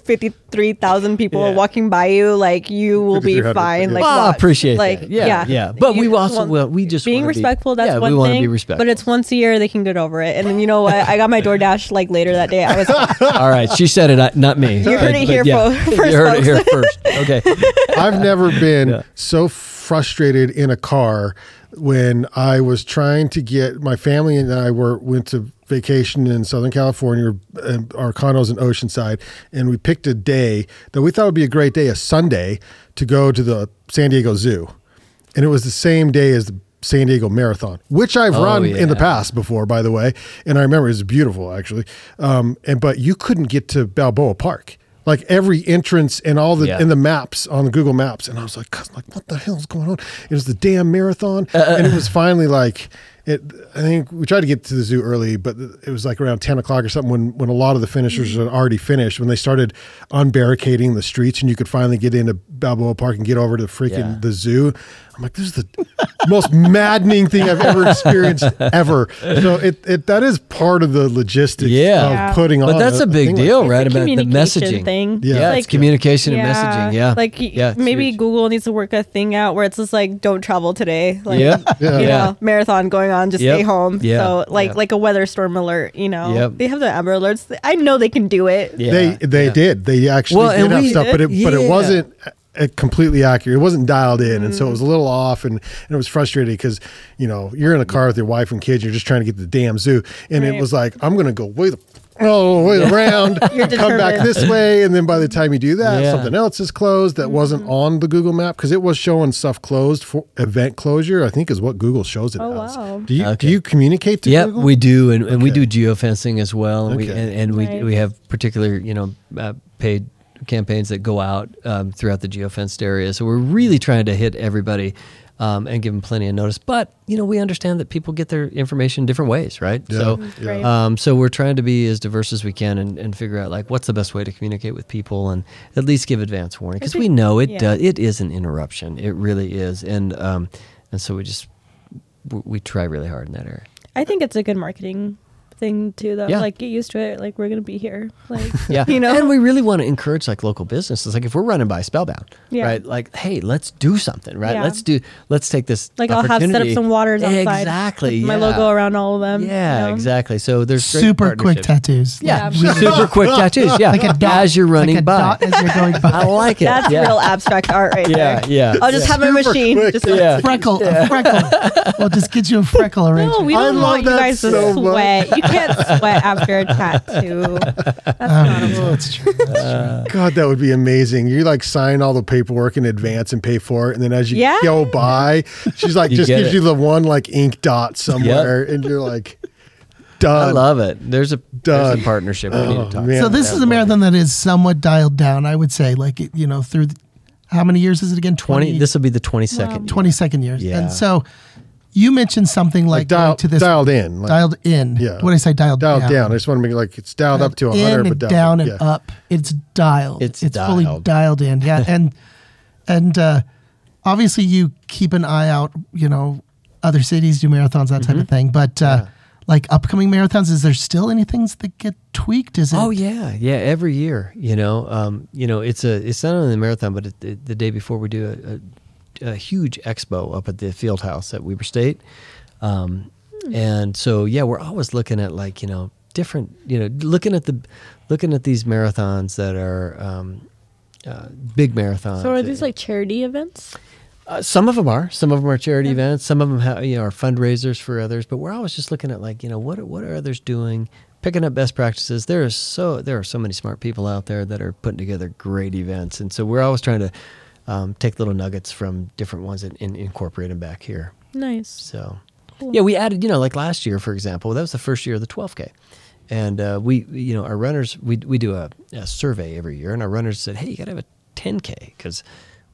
S4: 53000 people
S2: Yeah.
S4: walking by you like you will be
S1: 5,300,
S4: fine
S1: yeah.
S4: like
S2: Well, I
S4: watch.
S2: appreciate
S4: like
S2: that. Yeah, yeah. But we also- well, we just
S4: being
S2: wanna be-
S4: respectful that's
S2: yeah, we
S4: one
S2: wanna
S4: thing
S2: be respectful.
S4: but it's once a year they can get over it and then you know what i got my doordash like later that day i was
S2: [LAUGHS] all right she said it I- not
S4: [LAUGHS]
S2: me
S4: You heard
S2: But-
S4: it
S2: but [LAUGHS]
S4: here fo- first,
S2: you heard it
S4: folks.
S2: here first okay
S4: [LAUGHS]
S1: I've never been so frustrated in a car when I was trying to get my family and I were went to vacation in Southern California, um, our condos in Oceanside, and we picked a day that we thought would be a great day, a Sunday, to go to the San Diego Zoo, and it was the same day as the San Diego Marathon, which I've
S2: Oh,
S1: run in the past
S2: yeah.
S1: past before, by the way, and I remember it was beautiful actually. Um, and but you couldn't get to Balboa Park. Like every entrance and all the
S2: Yeah.
S1: and the maps on the Google Maps, and I was like, "Cuz, like what the hell's going on? It was the damn marathon, and it was finally like it. I think we tried to get to the zoo early, but it was like around ten o'clock or something when when a lot of the finishers had already finished. When they started unbarricading the streets, and you could finally get into Balboa Park and get over to the freaking
S2: Yeah.
S1: the zoo. I'm like, this is the [LAUGHS] most maddening thing I've ever experienced ever. So it, it that is part of the logistics
S2: Yeah.
S1: of
S4: Yeah.
S1: putting on.
S2: but that's a big
S1: thing
S2: deal
S1: Like,
S2: right
S4: It's a
S2: about the
S4: communication
S2: messaging
S4: thing.
S2: yeah,
S1: Yeah.
S2: it's,
S1: It's like-
S2: communication and messaging yeah
S4: like y-
S2: yeah it's
S4: maybe
S2: huge.
S4: google needs to work a thing out where it's just like don't travel today like
S2: yeah
S1: Yeah.
S4: [LAUGHS] you
S2: yeah
S4: know, marathon going on, just
S2: Yep.
S4: stay home.
S2: Yeah.
S4: So like
S2: Yeah.
S4: like a weather storm alert, you know.
S2: Yep.
S4: They have the amber alerts. I know they can do it.
S2: Yeah.
S1: they they
S2: Yeah.
S1: did they actually
S2: Well,
S1: did
S2: and
S1: have
S2: we-
S1: stuff, but it but
S2: yeah.
S1: it wasn't uh, completely accurate. It wasn't dialed in, and so it was
S4: Mm.
S1: a little off, and, and it was frustrating because you know you're in a car with your wife and kids, you're just trying to get to the damn zoo, and it
S4: Right.
S1: was like I'm gonna go way the oh way around,
S4: [LAUGHS] You're
S1: come back
S4: determined.
S1: this way, and then by the time you do that,
S2: Yeah.
S1: something else is closed that
S4: Mm-hmm.
S1: wasn't on the Google map because it was showing stuff closed for event closure. I think is what Google shows it
S4: Oh,
S1: as.
S4: wow.
S1: Do you
S2: Okay.
S1: do you communicate to
S2: Yep,
S1: Google?
S2: we do, and, and we do geofencing as well. And We
S1: Okay.
S2: and, and we
S4: Right.
S2: we have particular you know uh, paid campaigns that go out um, throughout the geofenced area. So we're really trying to hit everybody um, and give them plenty of notice. But you know we understand that people get their information different ways, right? So
S4: Yeah. Right.
S2: um, so we're trying to be as diverse as we can and, and figure out like what's the best way to communicate with people and at least give advance warning because we know it
S4: Yeah.
S2: does it is an interruption. It really is, and um, and so we just we, we try really hard in that area.
S4: I think it's a good marketing thing too though
S2: Yeah.
S4: like get used to it like we're gonna be here like
S2: [LAUGHS] Yeah.
S4: you know
S2: and we really want to encourage like local businesses. Like if we're running by Spellbound,
S4: Yeah.
S2: right? Like, hey, let's do something, right?
S4: Yeah.
S2: Let's do, let's take this.
S4: like i'll have set up
S2: opportunity.
S4: some waters outside
S2: Exactly.
S4: with my
S2: yeah.
S4: logo around all of them you
S2: Yeah,
S4: know?
S2: exactly. So there's great
S3: Super quick
S2: partnerships.
S3: tattoos.
S2: Yeah.
S3: Like,
S2: Super quick tattoos. Yeah.
S3: Like a dot.
S2: As you're running
S3: like a
S2: by.
S3: dot as you're
S2: [LAUGHS]
S3: going by.
S2: I like it.
S4: that's
S2: yeah.
S4: real abstract art
S2: [LAUGHS]
S4: right
S2: Yeah.
S4: there
S2: Yeah.
S4: i'll just have my
S1: Super
S4: machine
S1: quick.
S4: just [LAUGHS]
S2: Yeah.
S3: freckle, a freckle. we'll just get you
S2: [LAUGHS]
S3: a freckle arrangement.
S4: no, we
S1: I
S4: don't
S1: love
S4: want you
S1: that
S4: guys to
S1: so much.
S4: sweat. You can't sweat after
S2: [LAUGHS]
S4: a tattoo.
S3: That's true.
S1: God, that would be amazing. You like sign all the paperwork in advance and pay for it, and then as you
S4: Yeah.
S1: go by, she's like
S2: You
S1: just
S2: get
S1: gives
S2: it.
S1: you the one like ink dot somewhere, and you're
S2: [LAUGHS]
S1: like, done.
S2: I love it. There's a, there's
S1: Done.
S2: a partnership we
S3: Oh,
S2: need to talk
S1: man.
S2: about.
S3: So this is a marathon that is somewhat dialed down, I would say. Like it- you know, through the, how many years is it again?
S2: 20, this will be the 22nd.
S3: 22nd years.
S2: Yeah.
S3: And so you mentioned something like,
S1: like dial,
S3: going to this
S1: dialed in, like,
S3: dialed in.
S1: Yeah.
S3: What did I say? Dialed,
S1: dialed down. I just want to make it like it's dialed up to
S3: in
S1: hundred, but
S3: and
S1: dialed
S3: down
S1: in.
S3: and up. It's dialed.
S2: It's
S3: fully
S2: dialed.
S3: dialed
S1: [LAUGHS]
S3: in. Yeah, and and uh, obviously you keep an eye out. You know, other cities do marathons, that
S1: Mm-hmm.
S3: type of thing. But uh, like upcoming marathons, is there still any things that get tweaked? Is it?
S2: Oh yeah, yeah. Every year, you know, um, you know, it's a it's not only the marathon, but it, the, the day before we do a, a, a huge expo up at the field house at Weber State, um,
S4: Hmm.
S2: and so yeah, we're always looking at like you know different, you know, looking at the looking at these marathons that are um, uh, big marathons.
S4: So are these like charity events?
S2: Uh, some of them are. Some of them are charity events. Some of them ha- you know, are fundraisers for others. But we're always just looking at like you know what what are others doing, picking up best practices. There is so there are so many smart people out there that are putting together great events, and so we're always trying to um, take little nuggets from different ones and, and incorporate them back here.
S4: Nice.
S2: So, yeah, we added, you know, like last year, for example, that was the first year of the 12K. And uh, we, we- you know, our runners, we, we do a, a survey every year, and our runners said, hey, you got to have a 10K because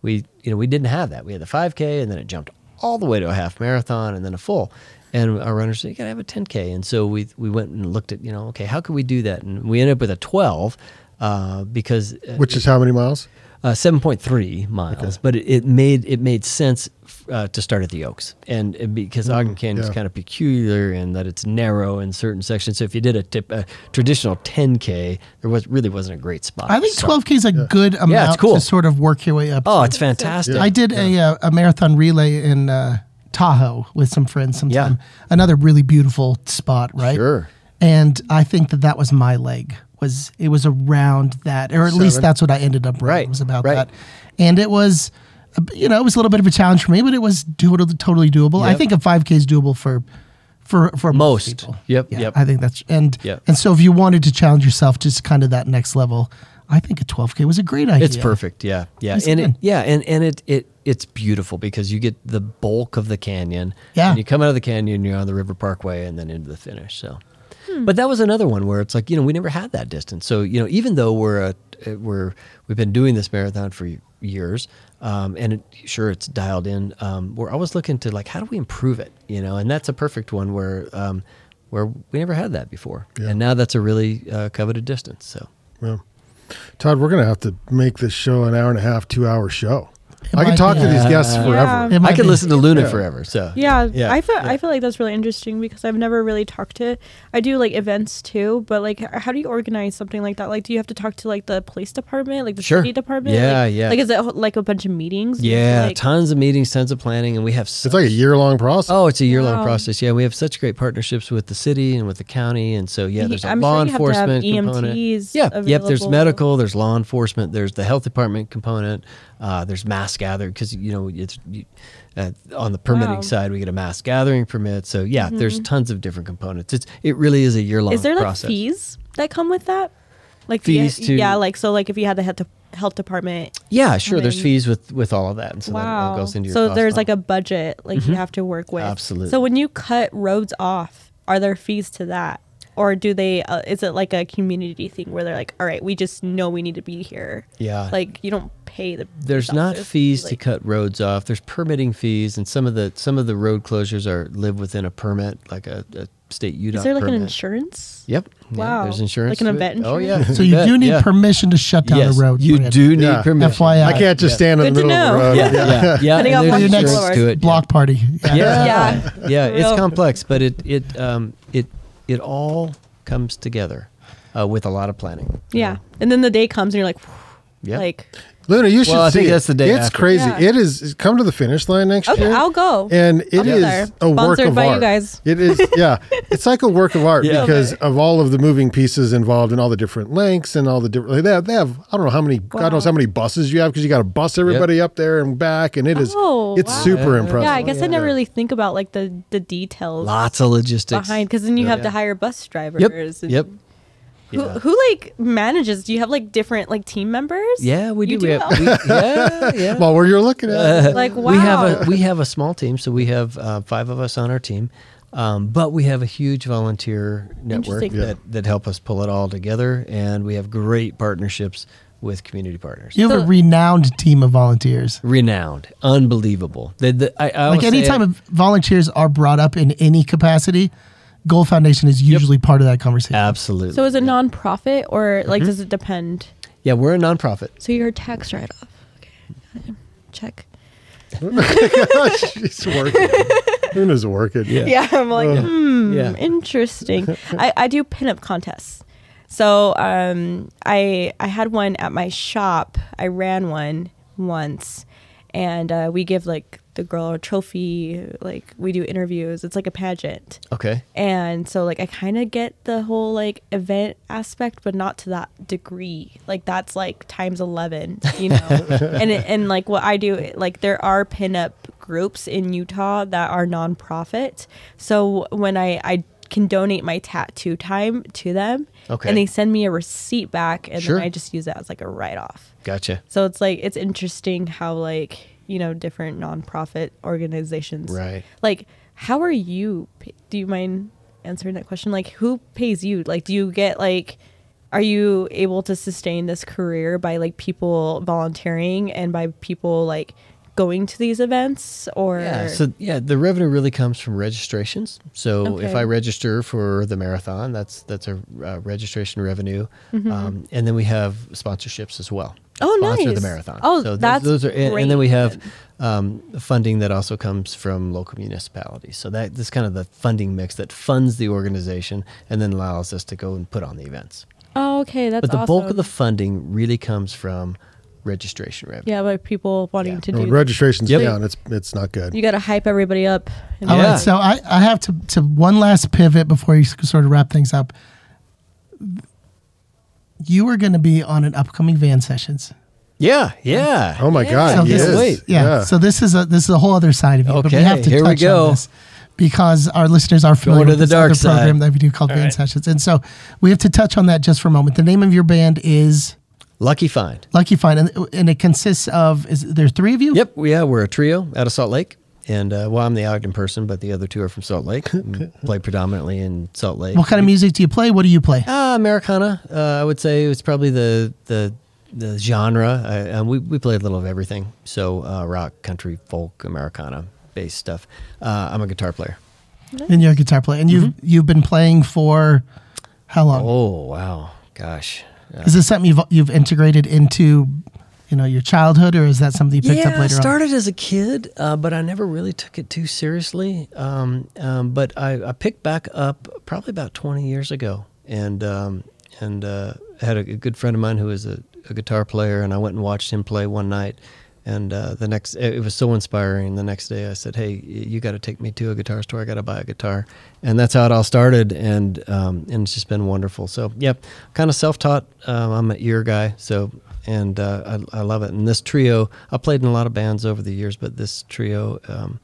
S2: we, you know, we didn't have that. We had the 5K, and then it jumped all the way to a half marathon and then a full. And our runners said, you got to have a 10K. And so we, we went and looked at, you know, okay, how could we do that? And we ended up with a 12 uh, because. uh,
S1: Which is how many miles?
S2: uh, seven point three miles, but it, it made it made sense f- uh, to start at the Oaks, and uh, because
S3: Mm-hmm.
S2: Ogden Canyon
S1: yeah.
S2: is kind of peculiar in that it's narrow in certain sections. So if you did a, tip, a traditional ten k, there was really wasn't a great spot.
S3: I think
S2: So-
S3: 12k is a good amount
S2: cool.
S3: to sort of work your way up.
S2: Oh, it's fantastic!
S3: I did a uh, a, a marathon relay in uh, Tahoe with some friends sometime. Another really beautiful spot, right?
S2: Sure.
S3: And I think that that was my leg. Was it was around that, or at least
S1: Seven.
S3: that's what I ended up. running,
S2: Right,
S3: Was about
S2: right.
S3: that, and it was. uh, You know, it was a little bit of a challenge for me, but it was totally totally doable. I
S2: Yep.
S3: think a five k is doable for, for for most.
S2: Most.
S3: people.
S2: Yep,
S3: Yeah,
S2: yep.
S3: I think that's and
S2: Yep.
S3: and so if you wanted to challenge yourself just kind of that next level, I think a twelve k was a great idea.
S2: It's perfect. Yeah, yeah,
S3: It's
S2: and it,
S3: good.
S2: yeah, and and it it it's beautiful because you get the bulk of the canyon.
S3: Yeah.
S2: and you come out of the canyon, you're on the river parkway, and then into the finish. So, but that was another one where it's like you know we never had that distance. So you know even though we're a uh, we're we've been doing this marathon for years. Um, and it, sure, it's dialed in. Um, we're always looking to like, how do we improve it? You know, and that's a perfect one where um, where we never had that before, and now that's a really uh, coveted distance. So
S1: Well, Todd, we're gonna have to make this show an hour and a half, two hour show. I can
S3: might
S1: talk
S3: be.
S1: to these guests
S2: Yeah.
S1: forever.
S3: It
S2: I
S3: might
S2: could
S3: be.
S2: listen to Luna
S1: Yeah.
S2: forever. So
S4: Yeah, I feel
S2: yeah.
S4: I feel like that's really interesting because I've never really talked to. I do like events too, but like, h- how do you organize something like that? Like, do you have to talk to like the police department, like the
S2: Sure.
S4: city department?
S2: Yeah,
S4: like,
S2: yeah.
S4: Like, is it ho- like a bunch of meetings? Do you have to,
S2: yeah,
S4: like-
S2: tons of meetings, tons of planning, and we have
S1: It's like a year long process.
S2: Oh, it's a year long
S4: Wow.
S2: process. Yeah, we have such great partnerships with the city and with the county, and so yeah,
S4: Ye-
S2: there's a
S4: I'm sure
S2: law
S4: you have to have
S2: enforcement component.
S4: EMTs
S2: yeah, yep. There's
S4: available.
S2: medical, there's law enforcement, there's the health department component, uh, there's mass gathering because you know it's you, uh, on the permitting
S4: Wow. Mm-hmm.
S2: side we get a mass gathering permit. So yeah, there's tons of different components. It's it really is a year long.
S4: Is there like
S2: process.
S4: fees that come with that? Like the-
S2: Fees to-
S4: yeah, like so like if you had the health, health department.
S2: Yeah, sure. There's
S4: Amazing.
S2: fees with with all of that, and so that
S4: wow.
S2: all goes into your.
S4: so
S2: cost
S4: there's
S2: model.
S4: like a budget like you have to work with.
S2: Absolutely.
S4: So when you cut roads off, are there fees to that? Or do they? Uh, is it like a community thing where they're like, "All right, we just know we need to be here."
S2: Yeah.
S4: Like you don't pay the.
S2: there's not
S4: doctors,
S2: fees to
S4: like-
S2: cut roads off. There's permitting fees, and some of the some of the road closures are live within a permit, like a, a state UDOT.
S4: Is there like an
S2: permit.
S4: insurance?
S2: Yep. Yeah,
S4: Wow.
S2: there's insurance.
S4: Like an
S2: to it.
S4: event
S2: Oh yeah. [LAUGHS]
S4: insurance?
S3: So you
S2: bet,
S3: do need
S2: yeah.
S3: permission to shut down
S2: yes,
S3: the road.
S2: You
S3: Brandon.
S2: do need
S1: Yeah.
S2: permission.
S3: FYI.
S1: I can't just stand in the
S4: Good to
S1: middle of the
S4: know. [LAUGHS]
S1: road.
S2: Yeah. Yeah. yeah.
S4: Cutting off
S2: and
S4: my
S3: Your
S2: there's
S4: next
S3: next
S2: insurance to it. yeah.
S3: block party. [LAUGHS]
S2: Yeah.
S4: Yeah.
S2: Yeah. It's
S4: Real.
S2: complex, but it it um it it all comes together uh, with a lot of planning.
S4: Yeah. And then the day comes and you're like,
S2: Yeah.
S4: like
S1: Luna, you should
S2: Well, I
S1: see
S2: think
S1: it.
S2: that's the day
S1: It's
S2: after.
S1: crazy.
S4: Yeah.
S1: It is come to the finish line next
S4: Okay,
S1: year.
S4: I'll go.
S1: And it
S4: I'll be
S1: is
S4: there.
S1: a work
S4: Sponsored
S1: of
S4: by you
S1: art.
S4: guys.
S1: It is, yeah. It's like a work of art
S2: Yeah.
S1: because of all of the moving pieces involved and all the different lengths and all the different. Like they, have, they have, I don't know how many, God
S4: Wow.
S1: knows how many buses you have because you got to bus everybody up there and back, and it is,
S4: Oh,
S1: it's
S4: wow.
S1: super
S2: Yeah.
S1: impressive.
S4: yeah, I guess I never
S2: Oh, Yeah.
S4: really think about like the the details
S2: Lots of logistics
S4: behind because then you have
S2: Yeah.
S4: to hire bus drivers.
S2: Yep.
S4: and
S2: Yep.
S4: Who,
S2: Yeah.
S4: who like manages? Do you have like different like team members?
S2: Yeah, we do.
S4: You
S2: we have,
S4: all?
S2: we,
S4: [LAUGHS]
S2: yeah, yeah.
S1: Well, where you're looking
S2: Uh.
S1: [LAUGHS] at, it.
S4: like wow.
S2: we have [LAUGHS] a we have a small team, so we have uh, five of us on our team, um, but we have a huge volunteer network
S4: Interesting. Yeah.
S2: that that help us pull it all together, and we have great partnerships with community partners.
S3: You have a
S4: So-
S3: renowned team of volunteers.
S2: Renowned, unbelievable. The, the, I, I
S3: Like
S2: always
S3: any
S2: say
S3: time
S2: it-
S3: of volunteers are brought up in any capacity, Goal Foundation is usually part of that conversation.
S2: absolutely.
S4: so is it nonprofit or like
S2: Mm-hmm.
S4: does it depend?
S2: yeah, we're a nonprofit.
S4: So you're a tax write off. Okay, check.
S1: she's working. Luna's working.
S2: Yeah.
S4: [LAUGHS] Yeah, I'm like, hmm,
S2: Yeah.
S4: interesting.
S2: [LAUGHS]
S4: I, I do pinup contests. So um, I I had one at my shop. I ran one once, and uh, we give like the girl a trophy. Like we do interviews. It's like a pageant.
S2: Okay.
S4: And so like I kind of get the whole like event aspect, but not to that degree. Like that's like times eleven, you know.
S2: [LAUGHS]
S4: and it, and like what I do, like there are pinup groups in Utah that are nonprofit. So when I I can donate my tattoo time to them,
S2: Okay.
S4: and they send me a receipt back, and
S2: Sure.
S4: then I just use that as like a write off.
S2: Gotcha.
S4: So it's like it's interesting how like you know different nonprofit organizations.
S2: Right.
S4: Like, how are you? pa- Do you mind answering that question? Like, who pays you? Like, do you get like, are you able to sustain this career by like people volunteering and by people like going to these events or?
S2: Yeah. So yeah, the revenue really comes from registrations. So if
S4: Okay.
S2: I register for the marathon, that's that's a uh, registration revenue, um, and then we have sponsorships as well.
S4: Mm-hmm. Oh,
S2: Sponsor the
S4: nice.
S2: marathon.
S4: Oh,
S2: those-
S4: that's
S2: those are, and, and then we
S4: great
S2: have um, funding that also comes from local municipalities. So that this kind of the funding mix that funds the organization and then allows us to go and put on the events.
S4: oh, okay, that's.
S2: But the bulk of the
S4: awesome.
S2: funding really comes from registration revenue.
S4: yeah, by people wanting
S2: Yeah.
S4: to
S1: When
S4: do.
S1: Oh, registration's
S2: Yep.
S1: down. It's it's not good.
S4: you got to hype everybody up. and
S3: All
S2: Yeah.
S3: right, so I, I have to, to one last pivot before you s- sort of wrap things up. You are going to be on an upcoming van sessions.
S2: Yeah. Yeah.
S1: oh my
S4: Yeah.
S1: god,
S3: So
S1: he
S3: this
S1: is.
S2: Wait.
S3: Yeah, So this is a this is a whole other side of you. but we
S2: Okay,
S3: have to
S2: here we
S3: touch
S2: go.
S3: on this because our listeners are familiar
S2: Going to
S3: with
S2: the
S3: this
S2: dark
S3: other
S2: side.
S3: program that we do called Van Sessions, and so we have to touch on that just for a moment. The name of your band is
S2: Lucky find.
S3: Lucky Fine, and, and it consists of is there three of you?
S2: [LAUGHS] Yep. Yeah, we're a trio out of Salt Lake. And uh, well, I'm the Ogden person, but the other two are from Salt Lake. and play predominantly in Salt Lake.
S3: What kind of music do you play? What do you play?
S2: Uh, Americana, uh, I would say it's probably the the, the genre. I, um, we we play a little of everything. So uh, rock, country, folk, Americana based stuff. Uh, I'm a guitar player.
S3: And you're a guitar player, and you've you've been playing for how long?
S2: Mm-hmm. Oh wow, gosh.
S3: Is this something you've you've integrated into you know your childhood, or is that something you picked
S2: yeah,
S3: up later
S2: I
S3: on?
S2: started as a kid, uh, but I never really took it too seriously. Um, um, but I, I picked back up probably about 20 years ago, and um, and uh, had a, good friend of mine who is a, a guitar player, and I went and watched him play one night. And uh, the next, it it was so inspiring. The next day, I said, "Hey, y- you got to take me to a guitar store. I got to buy a guitar." And that's how it all started, and um, and it's just been wonderful. So, yep, kind of self-taught. Um, I'm an ear guy, so and uh, I, I love it. And this trio, I played in a lot of bands over the years, but this trio, um,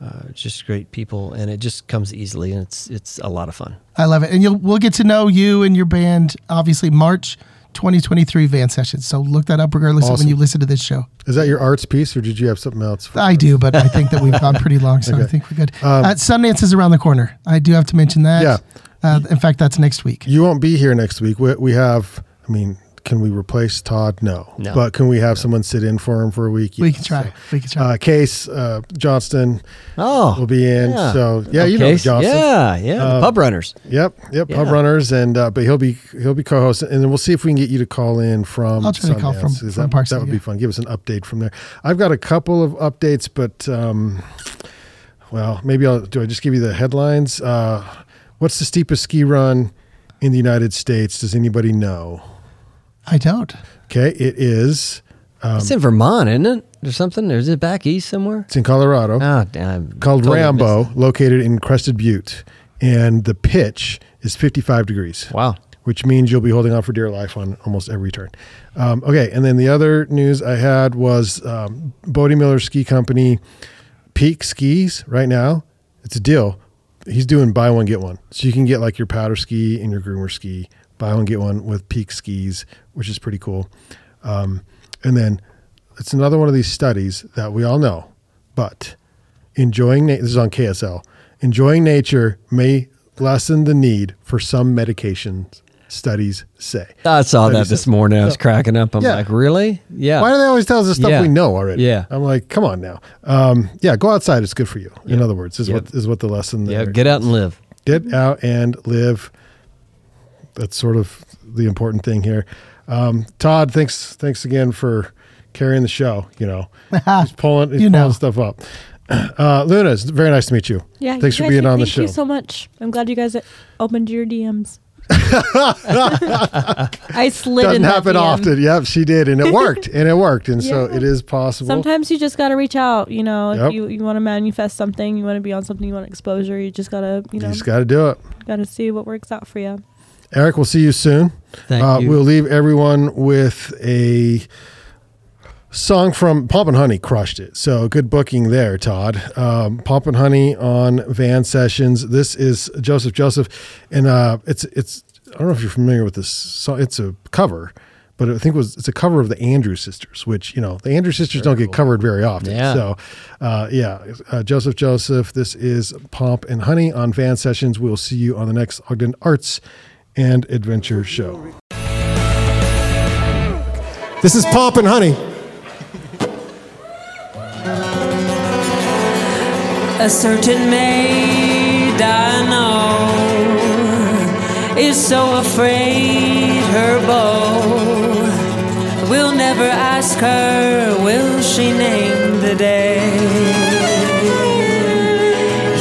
S2: uh, just great people, and it just comes easily, and it's it's a lot of fun.
S3: I love it, and you'll we'll get to know you and your band obviously March 2023 Van Sessions. So look that up regardless of
S1: Awesome.
S3: when you listen to this show.
S1: Is that your arts piece, or did you have something else? for
S3: I
S1: us?
S3: do, but I think that we've
S1: [LAUGHS]
S3: gone pretty long, so I think we're good. uh, Sundance is around the corner. I do have to mention that.
S1: Um, Yeah.
S3: Uh, in fact, that's next week.
S1: You won't be here next week. We, we have. I mean, can we replace Todd? No.
S2: No.
S1: But can we have someone sit in for him for a week?
S3: We
S1: Yes.
S3: can try. we can try.
S1: Uh, Case uh, Johnston
S2: Oh,
S1: will be in. So yeah, you know Uh,
S2: Okay.
S1: Johnston.
S2: Yeah, yeah, the pub runners.
S1: Yep, yep, pub
S2: Yeah.
S1: runners, and uh, but he'll be he'll be co-host, and then we'll see if we can get you to call in from.
S3: I'll try to call from-
S1: Sundance. Is
S3: from
S1: that,
S3: Parks
S1: That
S3: and
S1: would
S3: Rec,
S1: be
S3: yeah.
S1: fun. Give us an update from there. I've got a couple of updates, but um, well, maybe I'll do. I just give you the headlines. Uh, what's the steepest ski run in the United States? Does anybody know?
S3: I don't.
S1: Okay, it is.
S2: it's in Vermont, isn't it, or something? Or is it back east somewhere?
S1: It's in Colorado.
S2: Oh, damn.
S1: called
S2: Totally
S1: Rambo,
S2: missed
S1: located in Crested Butte, and the pitch is 55 degrees.
S2: it. Wow.
S1: which means you'll be holding on for dear life on almost every turn. Um, okay, and then the other news I had was um, Bodie Miller Ski Company Peak Skis right now. It's a deal. He's doing buy one get one, so you can get like your powder ski and your groomer ski, buy one get one with Peak skis, which is pretty cool. Um, and then it's another one of these studies that we all know, but enjoying na- this is on KSL. Enjoying nature may lessen the need for some medications. Studies say.
S2: I saw that
S1: Thirty
S2: this
S1: seconds.
S2: morning. I was cracking up. I'm
S1: Yeah.
S2: like, really? Yeah.
S1: Why do they always tell us the stuff
S2: Yeah.
S1: we know already?
S2: Yeah.
S1: I'm like, come on now. Um, yeah, go outside. It's good for you. In
S2: Yeah.
S1: other words, is
S2: Yeah.
S1: what is what the lesson.
S2: yeah.
S1: there
S2: Get out and live.
S1: get out and live. That's sort of the important thing here. Um, Todd, thanks, thanks again for carrying the show. You know, he's pulling, he's
S3: You
S1: pulling
S3: know.
S1: stuff up. Uh, Luna, it's very nice to meet you.
S4: Yeah.
S1: thanks
S4: you
S1: for
S4: guys-
S1: being on the
S4: thank
S1: show.
S4: you so much. I'm glad you guys opened
S1: [LAUGHS]
S4: your DMs. I slid
S1: Doesn't
S4: in that
S1: happen
S4: DM.
S1: often. Yep, she did,
S4: [LAUGHS]
S1: and it worked, and it worked, and so
S4: Yeah.
S1: it is possible.
S4: Sometimes you just gotta reach out. You know,
S1: Yep.
S4: if you, you want to manifest something, you want to be on something, you want exposure. You just gotta
S1: you
S4: you know
S1: just got to do it.
S4: gotta see what works out for you.
S1: Eric, we'll see you soon.
S2: Thank
S1: uh,
S2: you.
S1: We'll leave everyone with a song from Pomp and Honey. Crushed it. So good booking there, Todd. Um, Pomp and Honey on Van Sessions. This is Joseph Joseph, and uh, it's it's. I don't know if you're familiar with this song. It's a cover, but I think it was it's a cover of the Andrews Sisters, which you know the Andrews Sisters don't get covered very often.
S2: Yeah.
S1: So, uh, yeah, uh, Joseph Joseph. This is Pomp and Honey on Van Sessions. We'll see you on the next Ogden Arts and Adventure Show. This is Pomp and Honey.
S5: A certain maid I know is so afraid her beau will never ask her, will she name the day?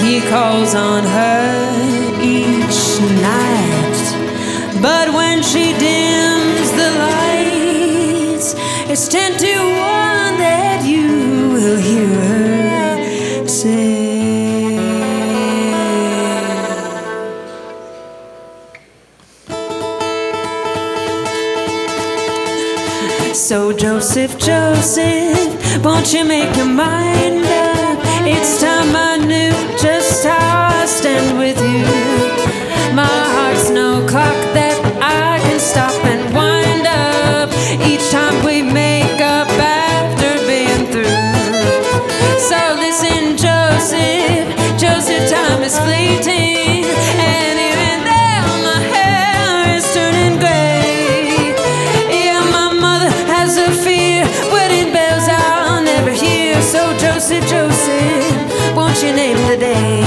S5: He calls on her each night, but when she dims the lights, it's ten to one that you will hear her say. So Joseph, Joseph, won't you make your mind up? It's time I knew just how I stand with you. My heart's no clock that I can stop and wind up each time we make up after being through. So listen, Joseph, Joseph, time is fleeting, and even though my hair is turning gray, yeah, my mother has a fear. Wedding bells I'll never hear. So Joseph, Joseph, won't you name the day?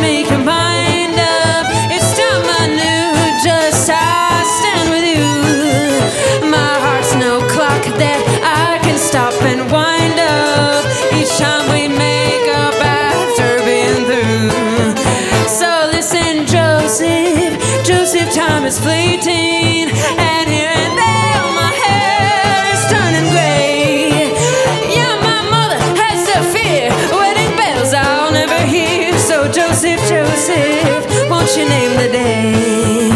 S5: make your mind up. It's time I knew just how I stand with you. My heart's no clock that I can stop and wind up each time we make up after being through. So listen, Joseph, Joseph, time is fleeting, and here and there my hair is turning gray. Yeah, my mother has to fear wedding bells I'll never hear. So Joseph, Joseph, won't you name the day?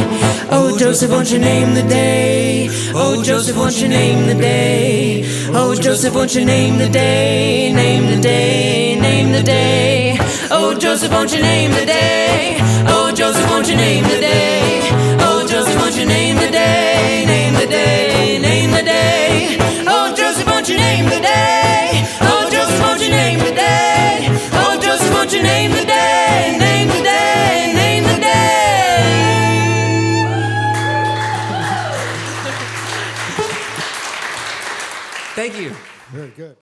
S5: Oh Joseph, won't you name the day? Oh Joseph, won't you name the day? Oh Joseph, won't you name the day? Name the day, name the day. Oh Joseph, won't you name the day? Oh Joseph, won't you name the day? Oh Joseph, won't you name the day? Name the day, name the day. Oh Joseph, won't you name the day? Oh Joseph, won't you name the day? Oh Joseph, won't you name the day? Name the day, name the day.
S6: Thank you.
S1: Very good.